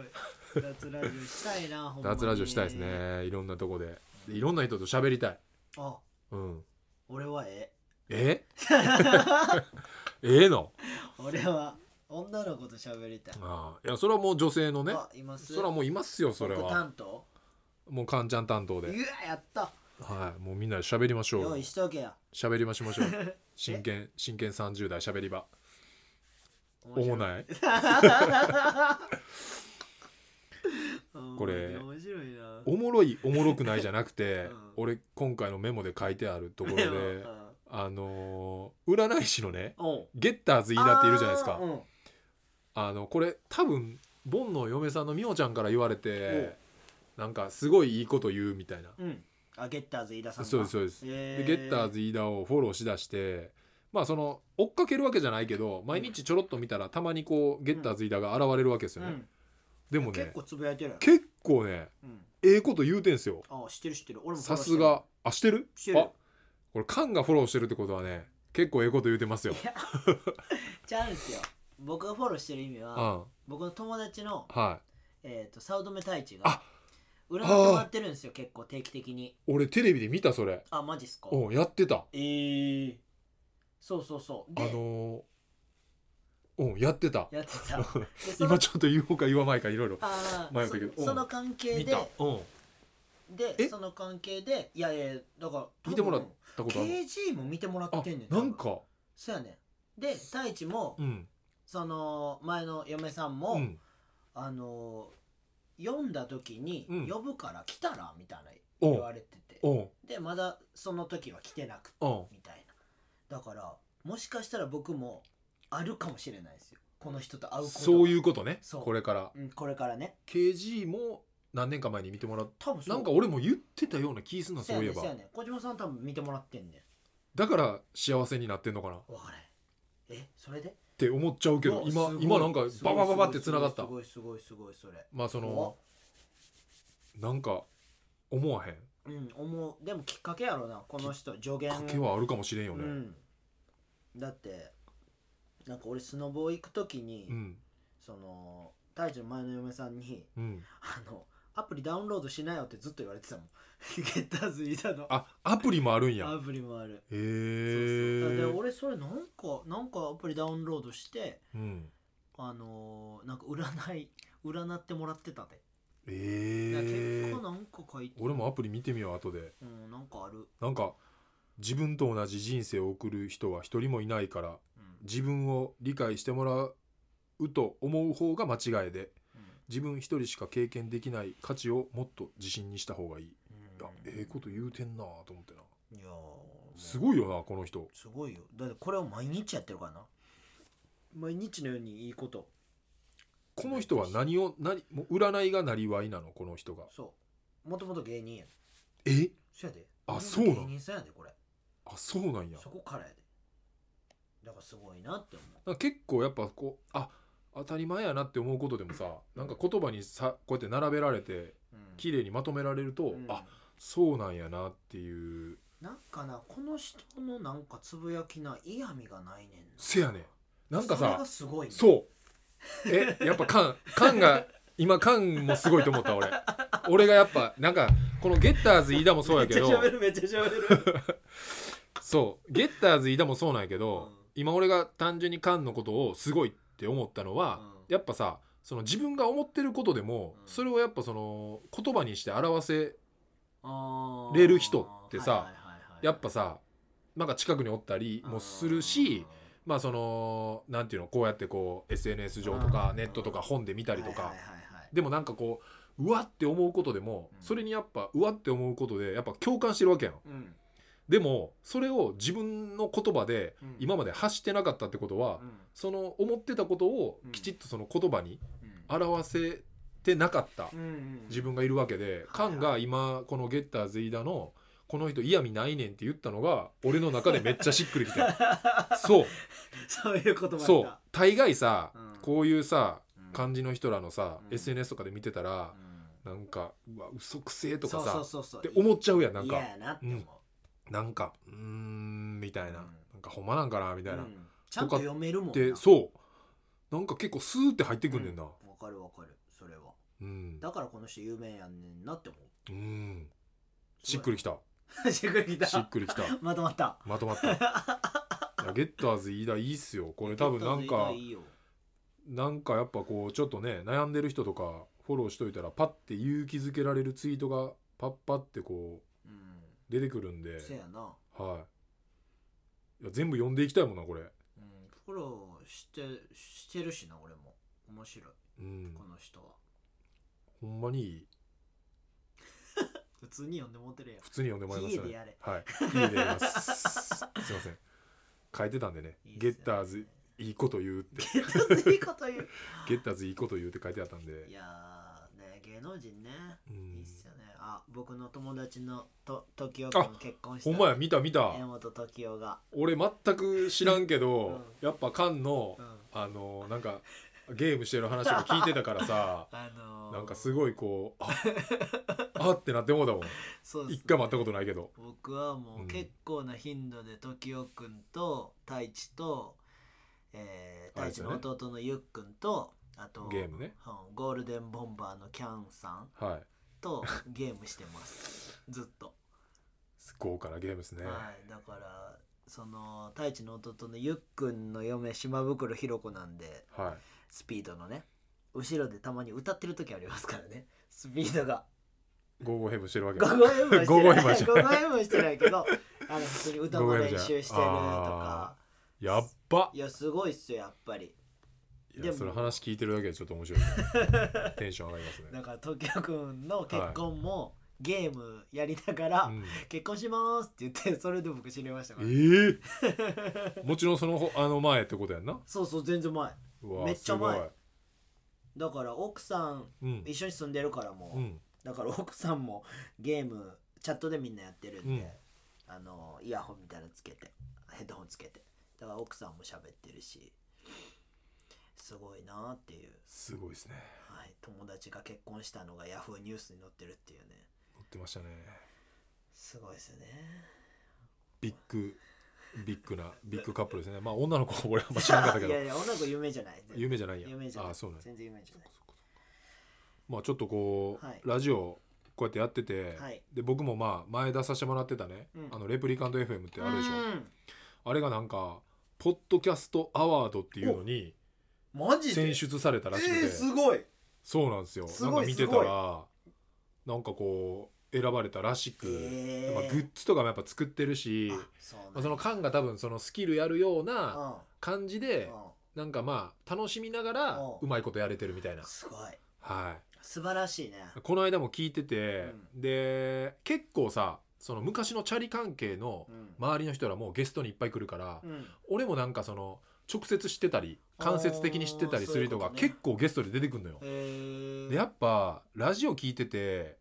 S1: ー面白い脱ラジオしたい なほんまに
S2: 脱ラジオしたいですねいろんなとこででいろんな人と喋りたい
S1: あ
S2: うん
S1: 俺はえ
S2: え ええの
S1: え俺は女の子と喋りたい、
S2: ああいやそれはもう女性のね
S1: あいます
S2: それはもういますよそれ
S1: 僕
S2: は
S1: 担当
S2: もうカンちゃん担
S1: う
S2: 当
S1: わ
S2: で
S1: やった
S2: はいもうみんなで喋りましょ
S1: 用
S2: う
S1: 意しとけ や
S2: 喋りましょう真剣真剣30代喋り場おもないこ
S1: こ
S2: れ
S1: 面白いな
S2: おもろいおもろくないじゃなくて、
S1: うん
S2: 俺今回のメモで書いてあるところで
S1: うん
S2: あのー占い師のね
S1: お
S2: ゲッターズ飯田っているじゃないですか
S1: あーうん
S2: あのこれ多分ボンの嫁さんの美穂ちゃんから言われてなんかすごいいいこと言うみたいな
S1: うん、あゲッターズ飯田さんが
S2: そうですそうです、
S1: へ
S2: でゲッターズ飯田をフォローしだしてまあその追っかけるわけじゃないけど毎日ちょろっと見たらたまにこうゲッターズ飯田が現れるわけですよね、
S1: うん
S2: でも
S1: 結
S2: ね
S1: 構つぶやいてるやん、
S2: 結構ね
S1: うん、
S2: ええこと言うてんすよ
S1: あ知ってる知ってる俺もフォロ
S2: さ
S1: ーして
S2: す
S1: る
S2: があしてる
S1: してる
S2: あこれカンがフォローしてるってことはね結構ええこと言うてますよ
S1: いやちゃうんですよ僕がフォローしてる意味
S2: う
S1: は、
S2: んは
S1: 僕の友達の、
S2: い
S1: えー、と早乙女太一が
S2: あ
S1: 裏に回ってるんですよ結構定期的に
S2: 俺テレビで見たそれ
S1: あマジっすか
S2: おやってた
S1: えー、そうそうそう
S2: あ
S1: で、
S2: のー、うんやってた
S1: やって たでその
S2: 今ちょっと言おうか言わないかいろいろ
S1: あー
S2: 迷ったけど
S1: そ
S2: うん
S1: その関係
S2: 見
S1: で
S2: たうん
S1: で
S2: え
S1: その関係でいやいやだから多分
S2: 見てもらったことある
S1: KG も見てもらってんねん
S2: あなんか
S1: そうやねんで太一も、
S2: うん
S1: その前の嫁さんも、
S2: うん
S1: あの読んだ時に
S2: うん
S1: 「呼ぶから来たら」みたいな
S2: お
S1: 言わ
S2: う
S1: れてて
S2: おう
S1: でまだその時は来てなくて
S2: お
S1: みたいなだからもしかしたら僕もあるかもしれないですよこの人と会う
S2: う
S1: ことが
S2: そういうことね
S1: そう
S2: これから
S1: うん、これからね
S2: KG も何年か前に見てもらっ
S1: 多分
S2: たなんか
S1: お
S2: 俺も言ってたような気すんな
S1: そ
S2: そううい
S1: やね
S2: え
S1: んそ
S2: ば
S1: うやねん小島さん多分見てもらってんね
S2: だから幸せになってんのかなっ
S1: ん分からへんえそれで
S2: て思っちゃうけど
S1: うわ
S2: 今
S1: すごい
S2: 今なんか
S1: すご
S2: バ
S1: い
S2: バババってつながった
S1: すごいすごいすごいすごいそれ
S2: まあそ
S1: 怖
S2: の
S1: っ
S2: なんか思わへん
S1: うん思うでもきっかけやろなこの人助言
S2: 賭けはあるかもしれんよ
S1: う
S2: ね
S1: ん、だってなんか俺スノボ行く時に、
S2: うん
S1: その大地の前の嫁さんに
S2: うん
S1: 「あのアプリダウンロードしなよ」ってずっと言われてたもんゲッターズいたの
S2: あアプリもあるんや
S1: アプリもある
S2: へ
S1: そうそうで
S2: え
S1: 俺それなんかなんかアプリダウンロードして
S2: うん
S1: あのーなんか占い占ってもらってたで、だから
S2: え
S1: 結
S2: え
S1: 構なんか書いて
S2: 俺もアプリ見てみよう後で
S1: うんなんかある、
S2: なんか自分と同じ人生を送る人は一人もいないから
S1: うん
S2: 自分を理解してもらうと思う方が間違いで自分一人しか経験できない価値をもっと自信にした方がいいいや
S1: うん
S2: ええこと言うてんなと思ってない
S1: やー
S2: すごいよなこの人
S1: すごいよだってこれを毎日やってるからな毎日のようにいいこと
S2: この人は何を何もう占いがなりわいなのこの人が
S1: そうもともと芸人やん
S2: え
S1: そやで
S2: あ
S1: もと
S2: そう
S1: も
S2: な
S1: と
S2: の
S1: 芸人さんやでこれ
S2: あそうなんや
S1: そこからやでだからすごいなって思う
S2: なんか結構やっぱこうあ当たり前やなって思うことでもさなんか言葉にさこうやって並べられて
S1: うん
S2: 綺麗にまとめられると、
S1: うん
S2: あそうなんやなっていう
S1: なんかなこの人のなんかつぶやきな嫌味がないねんな
S2: せやねんなんか
S1: それ
S2: さ
S1: がすごいね
S2: そうえやっぱカンカンが今缶もすごいと思った俺俺がやっぱなんかこのゲッターズ飯田もそうやけど
S1: めっちゃ喋るめっちゃ喋る
S2: そうゲッターズ飯田もそうなんやけど、
S1: うん
S2: 今俺が単純に缶のことをすごいって思ったのは、
S1: うん
S2: やっぱさその自分が思ってることでも、
S1: うん
S2: それをやっぱその言葉にして表せ
S1: あー
S2: れる人ってさ
S1: はいはいはいはい
S2: やっぱさなんか近くにおったりもするし、まあそのなんていうのこうやってこう SNS 上とか
S1: うん
S2: ネットとか本で見たりとか、
S1: はいはいはいはい
S2: でもなんかこううわって思うことでも、
S1: うん
S2: それにやっぱうわって思うことでやっぱ共感してるわけやん
S1: うん
S2: でもそれを自分の言葉で
S1: うん
S2: 今まで発してなかったってことは、
S1: うん
S2: その思ってたことを
S1: うん
S2: きちっとその言葉に
S1: うん
S2: 表せてなかった
S1: うんうん
S2: 自分がいるわけで、カンが今このゲッターズ飯田のこの人嫌味ないねんって言ったのが俺の中でめっちゃしっくり きたそう
S1: そういう言葉
S2: そう大概さ、
S1: うん
S2: こういうさ
S1: う
S2: 感じの人らのさ、
S1: うん
S2: SNS とかで見てたら
S1: う、ん
S2: なんかうわ嘘くせえとかさ
S1: そうそうそうそう
S2: って思っちゃうやんなん
S1: 嫌
S2: か
S1: やなって思う
S2: なんかうーんみたい
S1: う
S2: な、
S1: ん
S2: なんかほんまなんかなみたいな、
S1: うんちゃんと読めるもん
S2: で
S1: な
S2: そうなんか結構スーって入ってくんねんな
S1: わかるわかるそれは
S2: うん、
S1: だからこの人有名やんねんなって思う
S2: うん、しっくりきた
S1: しっくりき
S2: しったくりきた
S1: まとまった
S2: まとまっ たいやゲッターズ飯田いいっすよこれ多分なんか
S1: いいよ
S2: なんかやっぱこうちょっとね悩んでる人とかフォローしといたらパッて勇気づけられるツイートがパッパってこ
S1: うん
S2: う出てくるんで
S1: せやな
S2: はいいや全部読んでいきたいもんなこれ
S1: うんフォローしてしてるしな俺も面白い
S2: うん
S1: この人は
S2: ほんまにいい
S1: 普通に読んでもってるやん
S2: 普通に読んでもらいます
S1: 家でやれ
S2: はい家でやりますすいません書いてたんでね
S1: いいっす
S2: ゲ
S1: よね
S2: ッターズいいこと言うって
S1: ゲッターズいいこと 言う
S2: ゲッターズいいこと言うって書いてあったんで
S1: いやーね芸能人ね
S2: うん
S1: いいっすよねあ僕の友達のと時
S2: あ
S1: 男君結婚した
S2: ほんまや見た見た
S1: 江本時男が
S2: 俺全く知らんけど、やっぱカンの、
S1: うん
S2: あのなんかゲームしてる話とか聞いてたからさ
S1: あのー、
S2: なんかすごいこ うああってなって思うだもん
S1: そうっす
S2: 一回も会ったことないけど
S1: 僕はも
S2: うん
S1: う結構な頻度で時男くんと太一と、えー、
S2: あ
S1: 太
S2: いつ
S1: 一
S2: ね
S1: の弟のゆっくんとあと
S2: ゲームね
S1: うんゴールデンボンバーのキャンさん
S2: はい
S1: とゲームしてます ずっと、
S2: 豪華なゲームですね、
S1: はいだからその太一の弟のゆっくんの嫁島袋ひろ子なんで
S2: はい
S1: スピードのね後ろでたまに歌ってる時ありますからねスピードが
S2: ゴーゴーヘブンしてるわけ
S1: 5合円もしてない
S2: 五合円もして
S1: 五合円もしてない けどあの普通に歌の練習してると
S2: 五合円じゃん
S1: か
S2: あやっば
S1: いやすごいっすよやっぱり
S2: い
S1: で
S2: や
S1: も
S2: それ話聞いてるだけでちょっと面白い、 ね、テンション上がりますね
S1: だから東京くんの結婚もゲームやりながら、
S2: うん
S1: 結婚しますって言ってそれで僕知りましたから、
S2: ええもちろんそのほあの前ってことやんな
S1: そうそう全然前
S2: うわ
S1: めっちゃ前
S2: すごい
S1: だから奥さん
S2: うん
S1: 一緒に住んでるからもう、
S2: うん
S1: だから奥さんもゲームチャットでみんなやってるんで、
S2: うん
S1: あのイヤホンみたいなのつけてヘッドホンつけてだから奥さんも喋ってるしすごいなっていう、
S2: すごいですね
S1: はい、友達が結婚したのがヤフーニュースに載ってるっていうね
S2: 乗ってましたね
S1: すごいですよね
S2: ビッグビッグなビッグカップルですねまあ女の子俺 はあんま知らなかっ たけ
S1: い
S2: ど
S1: やいや女の子夢じゃない
S2: 夢じゃないや
S1: 夢じゃない
S2: あそうなんや
S1: 全然夢じゃない
S2: まあちょっとこう、
S1: はい
S2: ラジオこうやってやってて、
S1: はい
S2: で僕もまあ前出させてもらってたね、
S1: うん
S2: あのレプリカント FM ってあるでしょ
S1: うん
S2: あれがなんかポッドキャストアワードっていうのに
S1: マジで
S2: 選出されたらしくて、
S1: えー、すごい
S2: そうなんですよ
S1: すごい
S2: なんか見てたらなんかこう選ばれたらしく、
S1: えー
S2: まあ、グッズとかもやっぱ作ってるし、
S1: あそうなん
S2: まあ、
S1: だ
S2: その缶が多分そのスキルやるような感じで、
S1: うん
S2: なんかまあ楽しみながら
S1: うん
S2: うまいことやれてるみたいな
S1: うん、すごい
S2: は
S1: 素晴らしいね
S2: い、この間も聞いてて、で結構さその昔のチャリ関係の
S1: うん
S2: 周りの人らもゲストにいっぱい来るから、
S1: うん
S2: 俺もなんかその直接知ってたり間接的に知ってたりする人
S1: あ
S2: が
S1: ーそういう
S2: 結
S1: こ
S2: 構ゲストで出てくるのよ。
S1: へ
S2: でやっぱラジオ聞いてて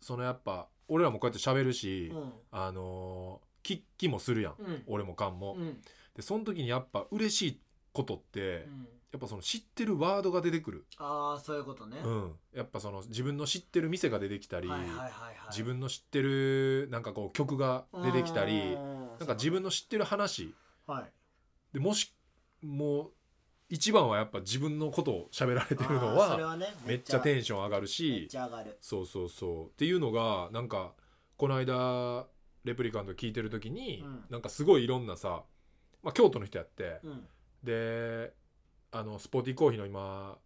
S2: そのやっぱ俺らもこうやって喋るし、
S1: うん
S2: あのー聞きもするやん、
S1: うん
S2: 俺もカンも。
S1: うん
S2: でその時にやっぱ嬉しいことって、
S1: うん
S2: やっぱその知ってるワードが出てくる。
S1: ああそういうことね、
S2: う
S1: は
S2: ん、やっぱその自分の知ってる店が出てきた
S1: い
S2: り、
S1: はいはいはい
S2: 自分の知ってるなんかこう曲が出てきたり
S1: うん
S2: なんか自分の知ってる話
S1: はい
S2: でもしもう一番はやっぱ自分のことを喋られてるの
S1: あーそれ
S2: は
S1: はね
S2: めっちゃテンション上がる
S1: めっ
S2: し
S1: ちゃ上がる
S2: そうそうそうっていうのがなんかこの間レプリカント聞いてる時に、
S1: うん
S2: なんかすごいいろんなさ、まあ、京都の人やって、
S1: うん
S2: であのスポーティーコーヒーの今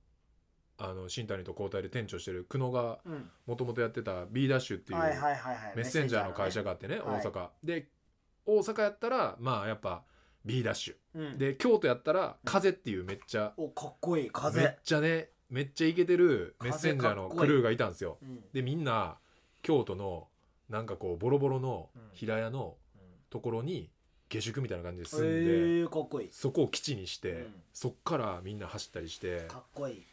S2: あの新谷と交代で店長してる久野が
S1: うん
S2: もともとやってた B ダッシュっていう
S1: はいはいはいはい
S2: メッセンジャーの会社
S1: が
S2: があってね
S1: は
S2: 大
S1: い
S2: 阪、で大阪やったらまあやっぱ B ダッシュ
S1: で
S2: で京都やったら風っていうめっちゃ
S1: おかっこいい
S2: めっ
S1: 風
S2: ちゃねめっちゃイケてるメッセンジャー
S1: 風かっ
S2: の
S1: こ
S2: ク
S1: いい
S2: ルーがいたんですよ
S1: うん
S2: でみんな京都のなんかこうボロボロの
S1: うん
S2: 平屋のところに下宿みたいな感じ
S1: え
S2: で住んで、
S1: ーかっこいい
S2: そこを基地にして、
S1: うん
S2: そっからみんな走ったりして
S1: かっこいい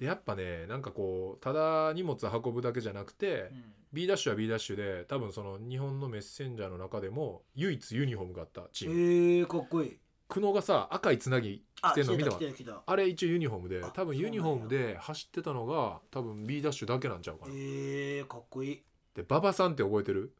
S2: でやっぱねなんかこうただ荷物運ぶだけじゃなくて、
S1: うん
S2: B ダッシュは B ダッシュで多分その日本のメッセンジャーの中でも唯一ユニフォームがあったチ
S1: え
S2: ーム
S1: ーかっこいい
S2: 久野がさ赤いつなぎ
S1: あ
S2: 着て
S1: 来
S2: んの
S1: て
S2: 見
S1: た
S2: た
S1: 来
S2: わ
S1: てる来てた
S2: あれ一応ユニフォームで
S1: あ
S2: 多分ユニフォームで走ってたのが多分 B ダッシュだけなんちゃうかな、
S1: えーかっこいい
S2: で馬場さんって覚えてる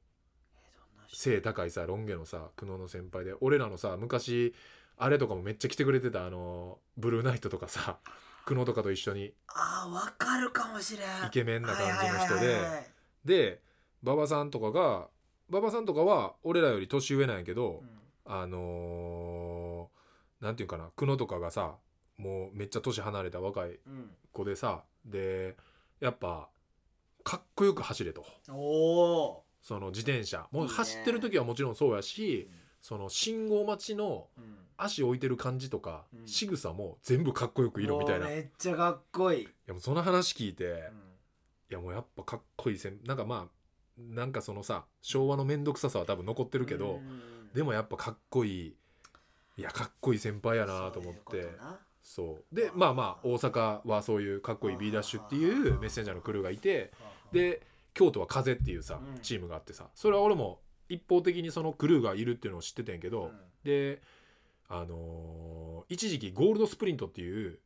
S1: えどんな人
S2: 背高いさロン毛のさ久野の先輩で俺らのさ昔あれとかもめっちゃ来てくれてたあのブルーナイトとかさ久野とかと一緒に
S1: あーわかるかもしれん
S2: イケメンな感じの人
S1: はいはいはいはい
S2: でで馬場さんとかが馬場さんとかは俺らより年上なんやけど、
S1: うん
S2: あのーなんていうかな久野とかがさもうめっちゃ年離れた若い
S1: うん
S2: 子でさでやっぱかっこよく走れと
S1: お
S2: その自転車もう
S1: いいね
S2: 走ってる時はもちろんそうやし
S1: ー
S2: その信号待ちの
S1: うん
S2: 足置いてる感じとか、
S1: うん
S2: 仕草も全部かっこよく色みたいな、
S1: おー
S2: い
S1: めっちゃかっこいい
S2: やもうその話聞いて、
S1: うん
S2: いやもうやっぱかっこいいせんなんかまあなんかそのさ昭和の面倒くささは多分残ってるけど、
S1: うん
S2: でもやっぱかっこいいいやかっこいい先輩やなと思
S1: そうい
S2: って
S1: うことな
S2: そうでまあまあ大阪はそういうかっこいい
S1: あー
S2: B ダッシュっていうメッセンジャーのクルーがいて
S1: は
S2: で京都は風っていうさ
S1: うん
S2: チームがあってさそれは俺も一方的にそのクルーがいるっていうのを知ってたんやけ
S1: あ
S2: ど、
S1: はあ
S2: であのー一時期ゴールドスプリントっていう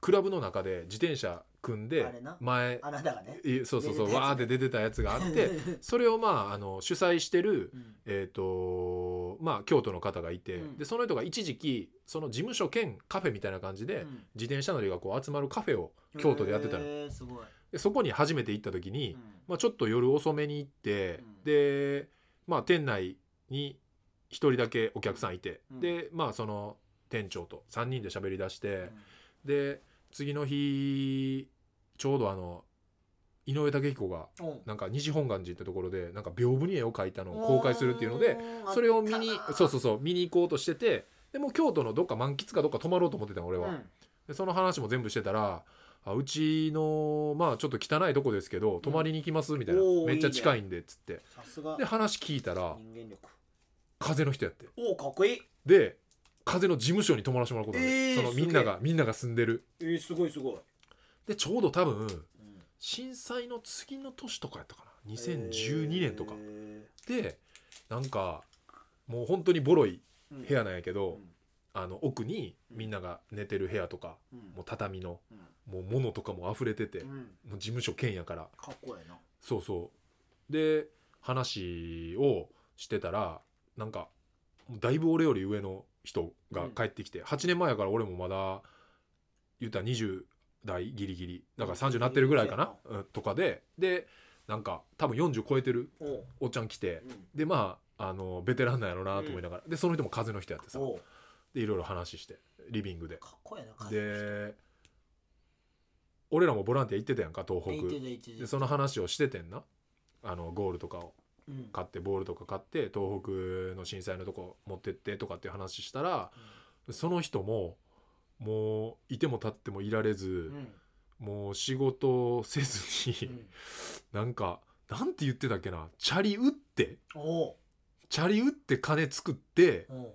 S2: クラブの中で自転車組んで
S1: あれな
S2: 前
S1: うんあなたがね
S2: いそうそうそ
S1: 出
S2: う
S1: てたやつね
S2: わーって出てたやつがあって それをまああの主催してる
S1: うん
S2: えーとまあ、京都の方がいて、
S1: うん
S2: でその人が一時期その事務所兼カフェみたいな感じで、
S1: うん
S2: 自転車乗りがこう集まるカフェを京都でやってたの、
S1: へーすごい
S2: でそこに初めて行った時に、
S1: うん
S2: まあ、ちょっと夜遅めに行って、
S1: うん
S2: で、まあ、店内に一人だけお客さんいて、
S1: うん
S2: で、まあ、その店長と3人で喋り出して、
S1: うん
S2: で次の日ちょうどあの井上武彦が
S1: おう
S2: なんか西本願寺ってところでなんか屏風に絵を描いたのを公開するっていうので。
S1: おー
S2: それを見に
S1: あったな
S2: そうそうそう見に行こうとしててでもう京都のどっか満喫かどっか泊まろうと思ってたの俺は、
S1: うん
S2: でその話も全部してたらあうちのまあちょっと汚いとこですけど泊まりに行きますみたいな、
S1: おー
S2: めっちゃ近いんでっつって
S1: さすが
S2: で
S1: 人
S2: 話聞いたら
S1: 間力
S2: 風の人やって
S1: おおかっこいい
S2: で風の事務所に泊まらせてもらうことになる、
S1: えー
S2: そのみんながみんなが住んでる
S1: えーすごいすごい
S2: でちょうど多分
S1: うん
S2: 震災の次の年とかやったかな2012年とか
S1: へ、ー
S2: でなんかもう本当にボロい
S1: うん
S2: 部屋なんやけど、
S1: うん
S2: あの奥にみんなが寝てる部屋とか、
S1: うん
S2: もう畳の
S1: うん
S2: もう物とかも溢れてて、
S1: う
S2: も
S1: ん
S2: う事務所兼やから
S1: かっこええな
S2: そうそうで話をしてたらなんかもうだいぶ俺より上の人が帰ってきて、8年前やから俺もまだ言ったら20代ギリギリだから30なってるぐらいかな、うんとかででなんか多分40超えてる
S1: おう
S2: おっちゃん来て
S1: うん
S2: でまああのベテランなんやろうなと思いながら、でその人も風の人やってさ
S1: おう
S2: でいろいろ話してリビングで
S1: かっこええなかっこいい
S2: で俺らもボランティア行ってたやんか東
S1: 言って
S2: 北
S1: た言って
S2: で
S1: た
S2: その話をしててんなあのゴールとかを
S1: うん
S2: 買ってボールとか買って東北の震災のとこ持ってってとかっていう話したらその人ももういても立ってもいられ
S1: う
S2: ず
S1: ん、
S2: もう仕事をせず
S1: う
S2: に、
S1: ん
S2: なんかなんて言ってたっけなチャリ打って
S1: おう
S2: チャリ打って金作って
S1: おう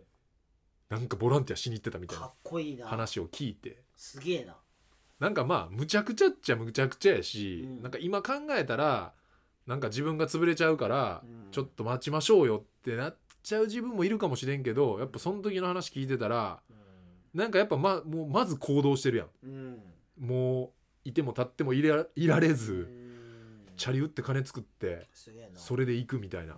S2: なんかボランティアしに行ってたみたい
S1: か
S2: な
S1: っこいいな
S2: 話を聞いて。
S1: すげえな
S2: なんかまあむちゃくちゃっちゃむちゃくちゃやし、
S1: うん
S2: なんか今考えたらなんか自分が潰れちゃうから、
S1: うん
S2: ちょっと待ちましょうよってなっちゃう自分もいるかもしれんけどやっぱその時の話聞いてたらなんかやっぱまもうまず行動してるや
S1: うん
S2: んもういても立ってもいらいられず、
S1: うん
S2: チャリ打って金作って
S1: すげえな
S2: そ
S1: れ
S2: れで行くみたいな、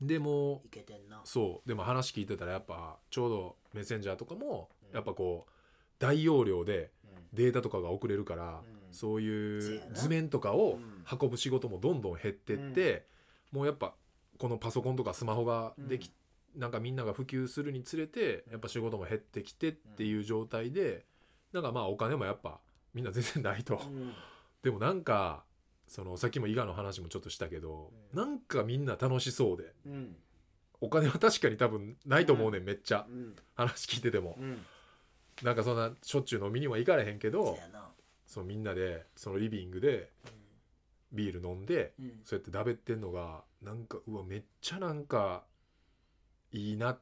S2: でも
S1: いけてんな
S2: そうでも話聞いてたらやっぱちょうどメッセンジャーとかも
S1: うん
S2: やっぱこう大容量で
S1: うん
S2: データとかが送れるから、
S1: うん
S2: そう
S1: せ
S2: い
S1: や
S2: う
S1: な
S2: 図面とかを
S1: うん
S2: 運ぶ仕事もどんどん減ってって、もうやっぱこのパソコンとかスマホができ、なんかみんなが普及するにつれて
S1: うん
S2: やっぱ仕事も減ってきてっていう状態でなんかまあお金もやっぱみんな全然ないと。
S1: うん
S2: でもなんかそのさっきも伊賀の話もちょっとしたけど、
S1: うん
S2: なんかみんな楽しそうで
S1: うん
S2: お金は確かに多分ないと思うねんめっちゃ
S1: うん
S2: 話聞いてても
S1: うん
S2: なんかそんなしょっちゅう飲みには行かれへんけ
S1: そ
S2: ど
S1: うやな
S2: そうみんなでそのリビングでビール飲んで
S1: うんうん
S2: そうやってだべってんのがなんかうわめっちゃなんかいいなっ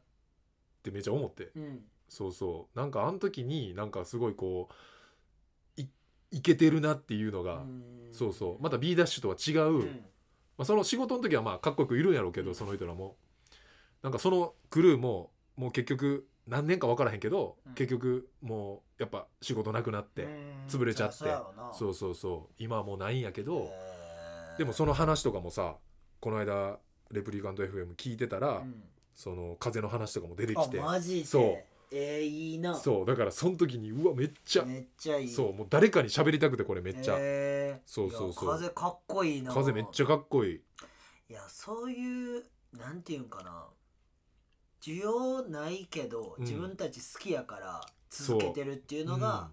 S2: てめっちゃ思って
S1: うん
S2: そうそうなんかあの時になんかすごいこういいけてるなっていうのが、
S1: うん
S2: そうそうまた B ダッシュとは違う、
S1: うん
S2: まあ、その仕事の時はまあかっこよくいるんやろうけど、
S1: うん
S2: その人らもなんかそのクルーももう結局何年か分からへんけど、
S1: うん
S2: 結局もうやっぱ仕事なくなって、
S1: うん
S2: 潰れちゃって
S1: そりゃそうやろな
S2: そうそうそう今はもうないんやけど、
S1: へー
S2: でもその話とかもさこの間レプリカント FM 聞いてたら、
S1: うん
S2: その風の話とかも出てきて
S1: あマジで
S2: そう
S1: えー、いいな
S2: そうだからその時にうわめっちゃ
S1: めっちゃいい
S2: そうもう誰かに喋りたくてこれめっちゃ、
S1: えー
S2: そうそうそう
S1: いや風かっこいいな
S2: 風めっちゃかっこいい、
S1: いやそういうなんていうんかな需要ないけど
S2: うん
S1: 自分たち好きやから続けてるっていうのが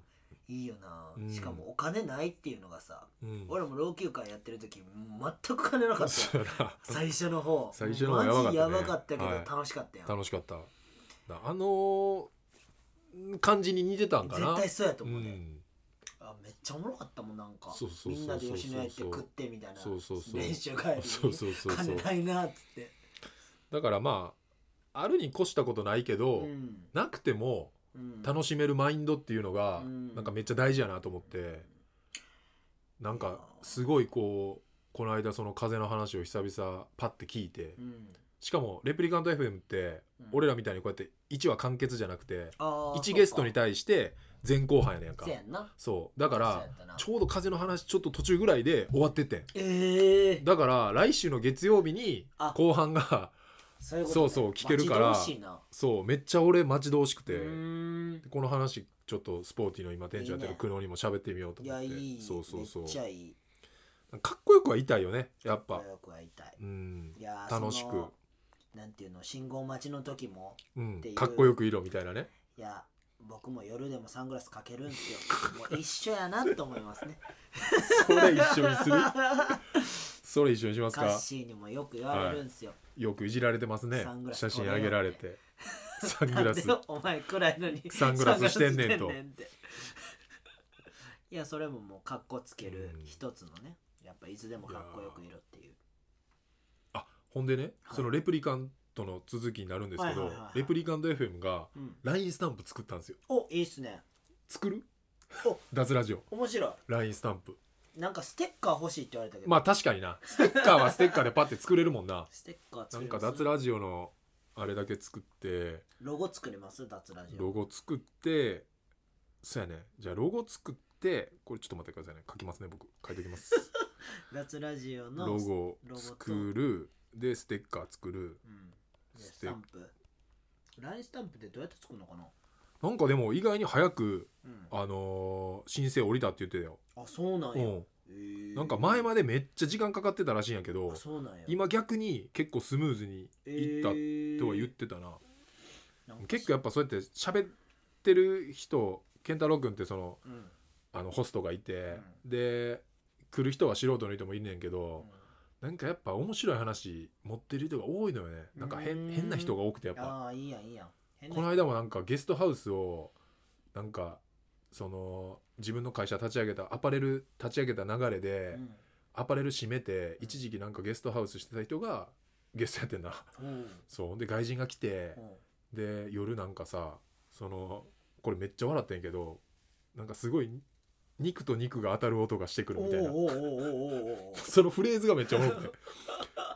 S1: いいよな、
S2: うん
S1: しかもお金ないっていうのがさ、
S2: うんうん
S1: 俺も老朽化やってる時全く金なかった
S2: そ
S1: よ
S2: うやな
S1: 最初の方
S2: 最初の方やばかったね
S1: マジやばかったけど
S2: はい
S1: 楽しかったやん、
S2: 楽しかったなあのー感じに似てたんかな
S1: 絶対そうやと
S2: う
S1: 思うね、
S2: ん、
S1: あめっちゃおもろかったもんなんか
S2: そうそうそうそう
S1: みんなで吉野家行って食ってみたいな
S2: そうそうそう
S1: 練習帰りに
S2: そうそうそうそ
S1: 金
S2: う
S1: ないなっつって
S2: だからまああるに越したことないけど、
S1: うん
S2: なくても楽しめるマインドっていうのが、
S1: うん
S2: なんかめっちゃ大事やなと思って、なんかすごいこうこの間その風の話を久々パッて聞いて、
S1: うん
S2: しかも「レプリカント FM」って
S1: うん
S2: 俺らみたいにこうやって1話完結じゃなくて
S1: あー
S2: 1ゲストに対して前後半やねんか
S1: そうやんな
S2: そうだから
S1: そうやったな
S2: ちょうど風の話ちょっと途中ぐらいで終わっててん
S1: ええ
S2: だから来週の月曜日に
S1: あ
S2: 後半が
S1: そういうこと
S2: そうそう聞けるから
S1: 待ち遠しいな
S2: そうめっちゃ俺待ち遠しく
S1: う
S2: て
S1: ーん
S2: でこの話ちょっとスポーティーの今店長やって
S1: いい
S2: る
S1: ね
S2: 久能にも喋ってみようと
S1: い
S2: 思っ
S1: や
S2: て
S1: いい
S2: そうそうそう
S1: めっちゃいい
S2: かっこよくはいたいよねやっぱ
S1: 仲良く会いたい
S2: うん
S1: いやー
S2: 楽し
S1: そ
S2: く
S1: の、なんていうの信号待ちの時も
S2: う
S1: ってい
S2: ん、
S1: う
S2: かっこよくいろみたいなね
S1: いや僕も夜でもサングラスかけるんすよ もう一緒やなと思いますね
S2: それ一緒にするそれ一緒にします
S1: カッ
S2: か
S1: シーにもよく言われるんすよ、
S2: よくいじられてますね
S1: サングラス
S2: 写真あげられてサング ラス
S1: なんでお前くらいのに
S2: サングラスしてんねん
S1: サ
S2: と
S1: ングラスしてんねんっていやそれももうかっこつける一つのねやっぱいつでもかっこよくいろっていう
S2: あほんでね、
S1: はい
S2: そのレプリカントの続きになるんですけど、
S1: はいはいはいはい
S2: レプリカント FM が
S1: うん、
S2: LINE スタンプ作ったんですよ
S1: おいいっすね
S2: 作る
S1: お
S2: 脱ラジオ
S1: 面白
S2: LINE スタンプ
S1: いなんかステッカー欲しいって言われたけど、
S2: まあ確かになステッカーはステッカーでパッて作れるも んな
S1: ステッカー
S2: な
S1: 作
S2: ん
S1: り
S2: か
S1: ます
S2: 脱ラジオのあれだけ作って
S1: ロゴ作ります脱ラジオ
S2: ロゴ作ってそうやねじゃあロゴ作ってこれちょっと待ってくださいね書きますね僕書いておきます
S1: 脱ラジオの
S2: ロゴ
S1: ロゴと
S2: 作るでステッカー作る
S1: うん、で
S2: ス
S1: ス
S2: テッ
S1: タンプラインスタンプってどうやって作るのかな、
S2: なんかでも意外に早く
S1: うん、
S2: あのー申請降りたって言ってたよ、
S1: あそうなん
S2: う
S1: や、
S2: ん、
S1: えー
S2: なんか前までめっちゃ時間かかってたらしいんやけど
S1: あそうなんや
S2: 今逆に結構スムーズにいったとは言ってたな、結構やっぱそうやって喋ってる人健太郎君ってその
S1: 構、うん
S2: あのホストがいて、で来る人は素人の人もいんねんけど、なんかやっぱ面白い話持ってる人が多いのよねなんかへ
S1: うんん
S2: 変な人が多くてやっぱ
S1: ああいいやんいいやん変な
S2: この間もなんかゲストハウスをなんかその自分の会社立ち上げたアパレル立ち上げた流れで、
S1: うん
S2: アパレル閉めて一時期なんかゲストハウスしてた人がゲストやってんな
S1: うん
S2: そうで外人が来て
S1: うん
S2: で夜なんかさそのこれめっちゃ笑ってんけどなんかすごい肉と肉が当たる音がしてくる
S1: お
S2: みたいな
S1: おおおおおお
S2: そのフレーズがめっちゃおもろくて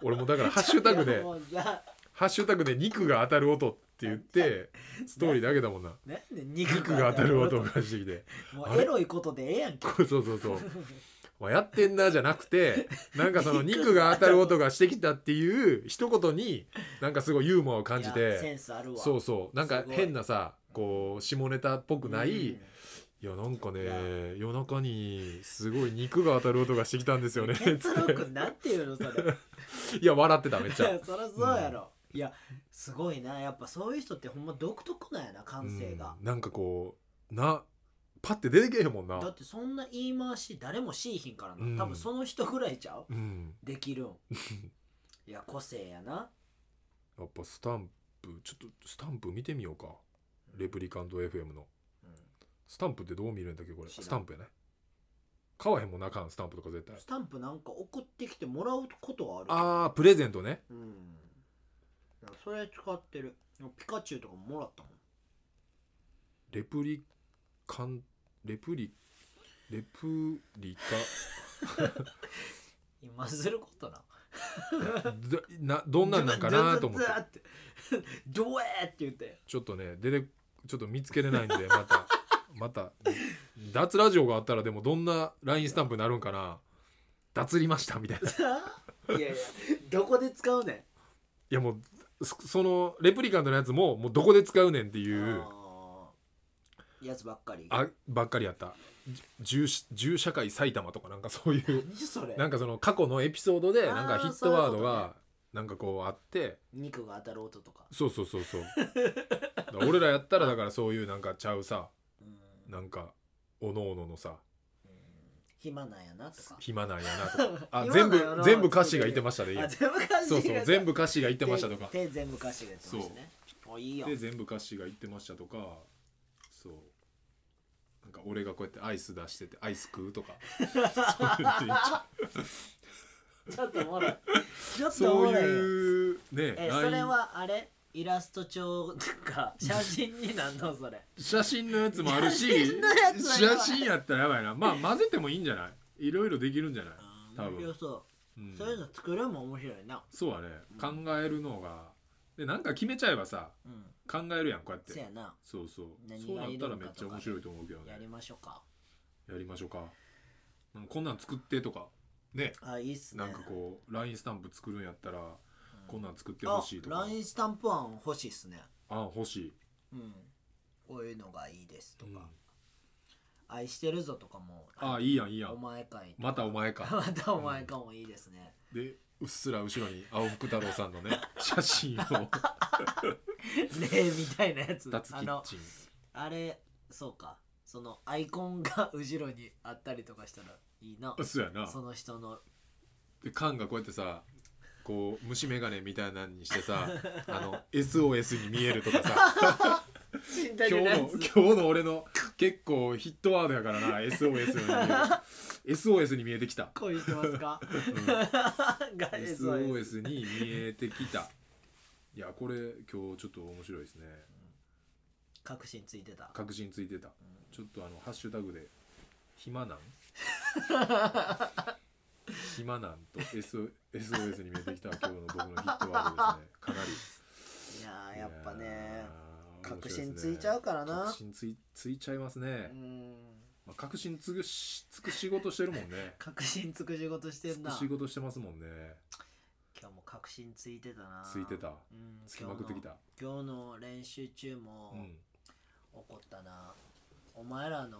S2: 俺もだからハッシュタグ
S1: いや
S2: で
S1: もうじゃあ
S2: 「ハッシュタグで肉が当たる音」って言ってストーリーだけだもんな
S1: なんで
S2: 肉
S1: 肉
S2: が当たる音がしてき て
S1: も
S2: あ
S1: う
S2: れ
S1: エロいことでええやんけ
S2: こうそうそうそうまあやってんなじゃなく てなんかその肉が当たる音がしてきたっていう一言になんかすごいユーモアを感じ
S1: いやセ
S2: て
S1: ンスあるわ
S2: そうそうなんか
S1: すごい
S2: 変なさこう下ネタっぽくない
S1: うん
S2: いやなんか
S1: いや
S2: ね夜中にすごい肉が当たる音がしてきたんですよね つ
S1: 結
S2: っ
S1: 論君なんていうのそれ
S2: ていや笑ってためっち
S1: い
S2: ゃ
S1: やそりゃそうやろ、いやすごいなやっぱそういう人ってほんま独特なんやな感性が
S2: う、んなんかこうなパッて出てけえへんもん
S1: だ
S2: な
S1: ってそんな言い回し誰もしいひんからな、
S2: うん
S1: 多分その人ぐらいちゃう
S2: うん
S1: でき るんいや個性やな
S2: やっぱスタンプちょっとスタンプ見てみようかレプリカント FM の
S1: うん
S2: スタンプってどう見るんだっけこれ
S1: 知らん
S2: スタンプやね買わへんもんなあかんスタンプとか絶対
S1: スタンプなんか送ってきてもらうことはあるけど
S2: ああプレゼントね
S1: うんだからそれ使ってるピカチュウとかももらったもん
S2: レプリカンレプリレプリ
S1: 今することな
S2: カだなどんなんなんかなと思って
S1: ずーて どうえって言って
S2: ちょっとね出てちょっと見つけれないんでまた また脱ラジオがあったらでもどんな LINE スタンプになるんかな脱りましたみたいない
S1: いやいやどこで使うね
S2: やもうそそのレプリカントのやつももうどこで使うねんって
S1: ん
S2: いう
S1: あーやつばっかり
S2: あばっかりやった銃銃社会埼玉とかなんかそういう
S1: 何それ
S2: なんかその過去のエピソードでなん
S1: あ
S2: か
S1: ー
S2: ヒットワー
S1: そうい
S2: ド
S1: うことね
S2: がなんかこうあって
S1: 肉が当たる音とか
S2: そうそうそうそうだから俺らやったらだからそういうなんかちゃうさ
S1: うん
S2: なんかおのおののさ
S1: うん暇なんやなとか
S2: 暇なんやなとかあ
S1: 暇
S2: 全
S1: なん
S2: 部
S1: やな
S2: 全部歌詞がいてましたね今
S1: あ全部歌詞が
S2: そうそう全部歌詞がいてましたとか
S1: 手手全部歌詞が言ってましたねおいいよ
S2: で全部歌詞がいってましたとかそうなんか俺がこうやってアイス出しててアイス食うとかそういうの言っちゃ
S1: ちょっとおもろいちょ
S2: う
S1: っとおも
S2: そ
S1: ろ
S2: う
S1: いよ
S2: いうね
S1: え
S2: LINE
S1: それはあれイラスト帳と か写真になんのそれ
S2: 写真のやつもあるし
S1: 写真のやつはやばい
S2: 写真やったらやばいなまあ混ぜてもいいんじゃないいろいろできるんじゃない多分
S1: 面白そううんそういうの作るのも面白いな
S2: そうはね考えるのがでなんか決めちゃえばさ
S1: うん
S2: 考えるやんこうやっ
S1: せ
S2: て
S1: やな
S2: そうそう
S1: 何
S2: そうな
S1: が
S2: っ
S1: い
S2: た
S1: るの
S2: らめっ
S1: か
S2: ちゃ
S1: とか
S2: 面白いと思うけどね
S1: やりましょうか
S2: やりましょうかなんかこんなん作ってとかね
S1: あいいっすね
S2: なんかこう LINE スタンプ作るんやったら
S1: うん
S2: こんなん作ってほしいと
S1: あ
S2: か
S1: LINE スタンプ案欲しいっすね
S2: あ欲しい
S1: うんこういうのがいいですと
S2: うん
S1: か愛してるぞとかも
S2: あいいやんいいや
S1: お
S2: ん
S1: 前かい
S2: またお前か
S1: またお前かもいいですね
S2: でうっすら後ろに青福太郎さ んのね写真を
S1: ねえみたいなやつ
S2: 2つキ
S1: あ
S2: ッ
S1: の
S2: チン
S1: あれそうかそのアイコンが後ろにあったりとかしたらいいな
S2: そうやな
S1: その人の
S2: で缶がこうやってさこう虫眼鏡みたいなんにしてさ あの SOS に見えるとかさ
S1: 死んだ
S2: 今
S1: り
S2: 日
S1: の
S2: の
S1: やつ
S2: 今日の俺の結構ヒットワードやからな SOS に見える SOS に見えてきた、
S1: 恋してますか
S2: うん
S1: が SOS
S2: SOS に見えてきたいやこれ今日ちょっと面白いですね
S1: 確信ついてた
S2: 確信ついてたちょっとあのハッシュタグで「暇なん」「暇なん」と SO SOS に見えてきた今日の僕のヒットワードですねかなり
S1: いやーやっぱね
S2: いやー
S1: 確信ついちゃうからな
S2: 面白いですね確信ついついちゃいますね
S1: う、ん
S2: まあ、確信つくしつく仕事してるもんね
S1: 確信つく仕事して
S2: つ
S1: ん
S2: く
S1: な
S2: 仕事してますもんね
S1: 今日も確信ついてたな
S2: ついてた
S1: うん
S2: つきまくってきた
S1: 今日の今日の練習中も
S2: うん
S1: 怒ったな、お前らの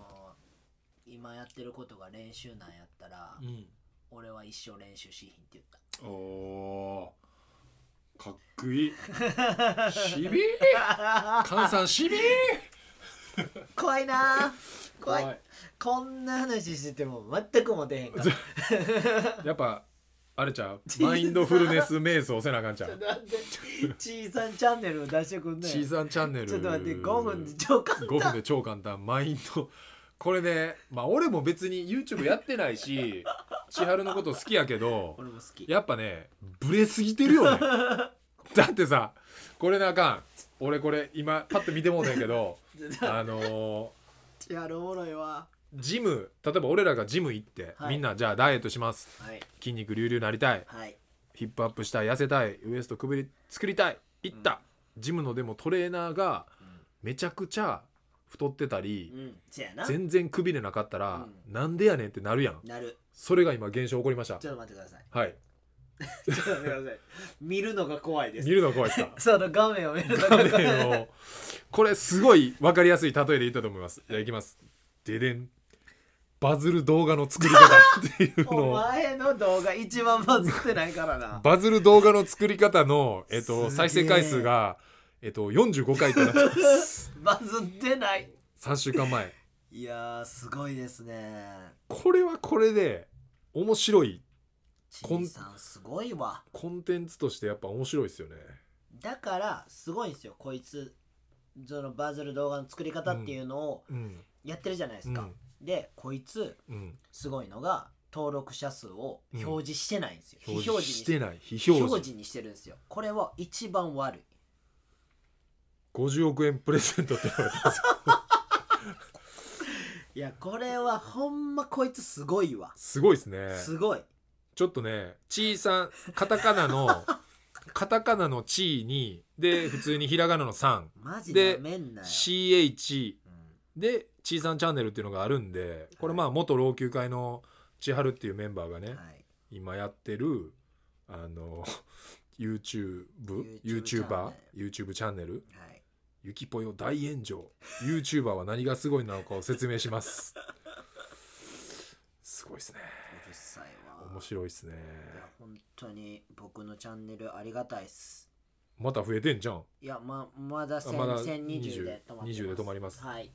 S1: 今やってることが練習なんやったら、
S2: うん
S1: 俺は一生練習しひんって言った
S2: おーかっこい いしびれ菅さんしびれ
S1: 怖いな怖い
S2: 怖い
S1: こんな話してても全くモテへん から
S2: やっぱあれちゃうマインドフルネス瞑想せなあか んちゃう
S1: なんでちいさんチャンネルを出してくんない
S2: チーザンチャンネル
S1: ちょっと待って5分で超簡
S2: 5分
S1: 単
S2: で超簡単マインドこれねまあ俺も別に YouTube やってな いし千春のこと好きやけど
S1: 俺も好き
S2: やっぱねブレすぎて るよねだってさこれなあかん俺これ今パッと見てもうねん けどあのー、
S1: ちはるおもろいわ
S2: ジム例えば俺らがジム行って、
S1: はい
S2: みんなじゃあダイエットします
S1: はい
S2: 筋肉隆々なりたい
S1: はい
S2: ヒップアップしたい痩せたいウエストくびり作りたい行った、ジムのでもトレーナーがめちゃくちゃ太ってたり
S1: う、んせやな
S2: 全然くびれなかったら、なんでやねんってなるやん
S1: なる
S2: それが今現象起こりました
S1: ちょっと待ってください
S2: はい
S1: ちょっと待ってください見るのが怖いで
S2: 見
S1: す
S2: るの怖いっすか
S1: その画面を見るのが
S2: 画
S1: 怖い
S2: 面をこれすごい分かりやすい例えで言ったと思いますじゃあいきますででんバズる動画の作り方っていうの
S1: お
S2: を
S1: 前の動画一番バズってないからな
S2: バズる動画の作り方の、えっ
S1: すげえ
S2: と、再生回数が、えっと、45回となってます
S1: バズってない
S2: 3週間前
S1: いやーすごいですね
S2: これはこれで面白い
S1: ち
S2: こん
S1: んさんすごいわ
S2: コンテンツとしてやっぱ面白いですよね
S1: だからすごいんですよこいつそのバズる動画の作り方っていうのを
S2: うん
S1: やってるじゃないです
S2: う
S1: か、
S2: ん
S1: でこいつ
S2: うん
S1: すごいのが登録者数を表示してないんですよ、非
S2: 表
S1: 表
S2: 示し
S1: 示
S2: て
S1: に
S2: ない非
S1: 非
S2: 表
S1: 表
S2: 示
S1: 示にしてるんですよこれは一番悪い
S2: 50億円プレゼントって言われた
S1: いやこれはほんまこいつすごいわ
S2: すごいですね
S1: すごい
S2: ちょっとね「ち」さんカタカナ のカタカナの「ち」にで普通にひらがなの「さん
S1: マジ
S2: で
S1: でめんな」よ、
S2: CH
S1: うん
S2: で「ち」さんチャンネルっていうのがあるんでこれまあ元老朽会の千春っていうメンバーがね
S1: はい、
S2: 今やってるあの
S1: YouTube チャンネ
S2: YouTubeYouTuber
S1: ル
S2: YouTube チャンネル
S1: はい、
S2: ゆきぽよ大炎上 YouTuber は何がすごいなのかを説明します すごいですね
S1: うるさいわ
S2: 面白いですね
S1: いや本当に僕のチャンネルありがたいっす
S2: また増えてんじゃん
S1: いやままだ
S2: あまだ
S1: 1020で止まってます
S2: 20で止まります
S1: はい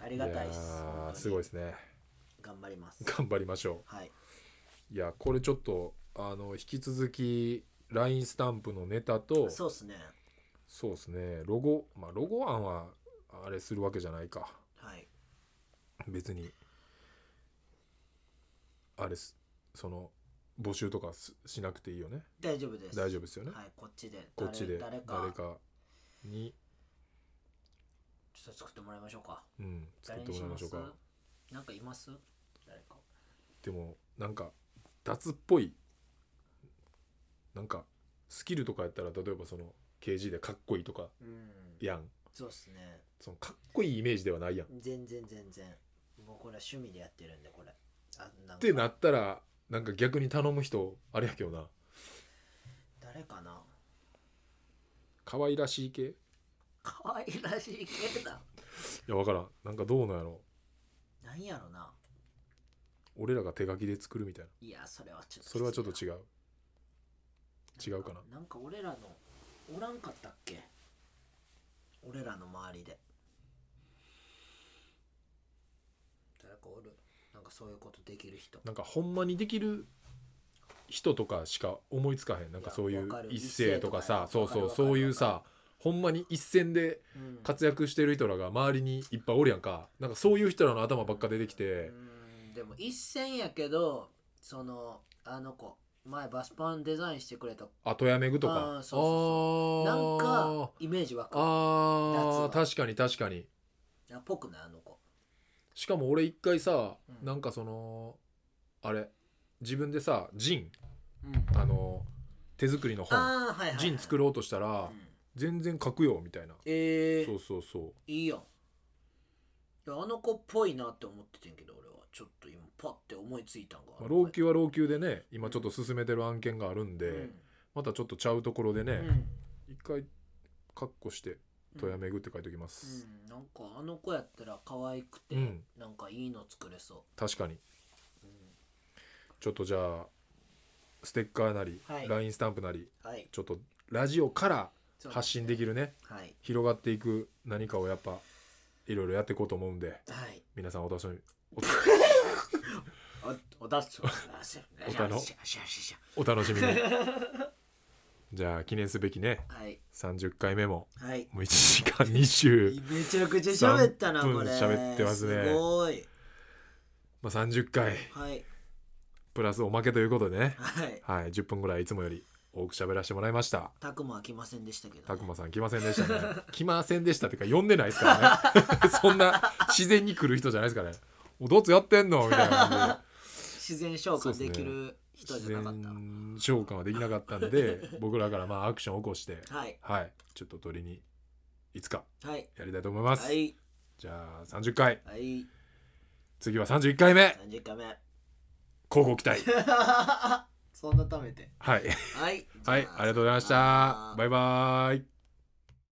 S1: ありがたいっす
S2: やー
S1: 本当に
S2: すごいですね
S1: 頑張り ます
S2: 頑張りましょ
S1: はいう
S2: いやこれちょっとあの引き続き LINE スタンプのネタと
S1: そうっすね
S2: そうですねロゴまあロゴ案はあれするわけじゃないか
S1: はい
S2: 別にあれすその募集とかすしなくていいよね
S1: 大丈夫です
S2: 大丈夫ですよね、
S1: はいこっちで
S2: こっちで
S1: 誰
S2: 誰
S1: 誰か
S2: かに、
S1: ちょっと作ってもらいましょうか
S2: うん、作っ
S1: 誰
S2: て
S1: に
S2: も
S1: し
S2: らい
S1: ま
S2: まし
S1: す
S2: ょうか
S1: なんかいます誰か
S2: でもなんか脱っぽいなんかスキルとかやったら例えばその KG でかっこいいとか
S1: うん
S2: やん
S1: そうっすね
S2: そのかっこいいイメージではないやんっ
S1: 全然全然もうこれは趣味でやってるんでこれあなん
S2: て
S1: か
S2: なったらなんか逆に頼む人あれやけどな
S1: 誰かな
S2: 可愛らしい系い
S1: 可愛らしい系だ
S2: やわからんなんかどうなんやろ
S1: なんやろな
S2: 俺らが手書きで作るみたいない
S1: やそれはちょっと
S2: それはちょっと
S1: う
S2: 違う違うかなん
S1: なんか俺らのおらんかったっけ俺らの周りで誰かおるなんかそういうことできる人
S2: なんかほんまにできる人とかしか思いつかへんなんかそうい
S1: いや
S2: う
S1: わかる
S2: 一世とかさ
S1: 一世と
S2: そう
S1: かわ
S2: そう
S1: かるわかる
S2: そういうさほんまに一戦で
S1: うん
S2: 活躍してる人らが周りにいっぱいおるやんかなんかそういう人らの頭ばっか出てき
S1: う
S2: て
S1: んでも一戦やけどそのあの子前バスパンデザインしてくれた
S2: 後やめぐとか
S1: あーそうそうなんかイメージわ
S2: あー
S1: かる
S2: あー
S1: 夏の
S2: 確かに確かに
S1: あっぽくないあの子
S2: しかも俺一回さ
S1: うん
S2: なんかそのあれ自分でさジン
S1: うんあ
S2: あの手作りの本
S1: あーはいはい、はい、
S2: ジン作ろうとしたら
S1: うん
S2: 全然書くよみたいな
S1: ええ
S2: そうそうそう
S1: いいやんいやあの子っぽいなって思っててんけど俺はちょっと今パッて思いついたんが
S2: まあ、老朽は老朽でね今ちょっと進めてる案件があるんで、
S1: うん
S2: またちょっとちゃうところで
S1: う
S2: ね、
S1: ん
S2: 一回カッコして「とやめぐ」って書いておきま
S1: う
S2: す、
S1: ん、なんかあの子やったら可愛くて、
S2: うん
S1: なんかいいの作れそ
S2: 確かに
S1: う、うん
S2: ちょっとじゃあステッカーなり、
S1: はい
S2: LINE スタンプなり
S1: はい
S2: ちょっとラジオから
S1: そう
S2: 発信できるね
S1: はい
S2: 広がっていく何かをやっぱいろいろやっていこうと思うんで
S1: はい
S2: 皆さんお楽しみ
S1: おおだ すおだす
S2: おたの
S1: しゃしゃしゃしゃ
S2: お楽 しみにじゃあ記念すべきね
S1: はい
S2: 30回目も
S1: はい
S2: もう1時間20、
S1: めちゃくちゃ喋ったな
S2: 3分
S1: これ
S2: 喋ってますね
S1: すごい
S2: まあ、30回
S1: はい
S2: プラスおまけということでね
S1: はい
S2: はい、10分ぐらいいつもより多く喋らせてもらいました。
S1: たくも飽きませんでしたけど、ね、
S2: たくまさん来ませんでしたね。 来ませんでしたっていうか、呼んでないですからね。 そんな自然に来る人じゃないですからね。おどつやってんのみたいな感
S1: 自然召喚できる
S2: じで。
S1: 人
S2: 自
S1: じゃなかった、
S2: 然召喚はできなかったんで、僕らからまあアクションを起こして、
S1: はい
S2: はい、ちょっと鳥にいつか
S1: はい
S2: やりたいと思います。
S1: はい
S2: じゃあ30回、
S1: はい
S2: 次は31回目、
S1: 30回 目
S2: 広告期待。
S1: そんなためて
S2: はい、
S1: はい
S2: はい、ありがとうございました。バイバーイ。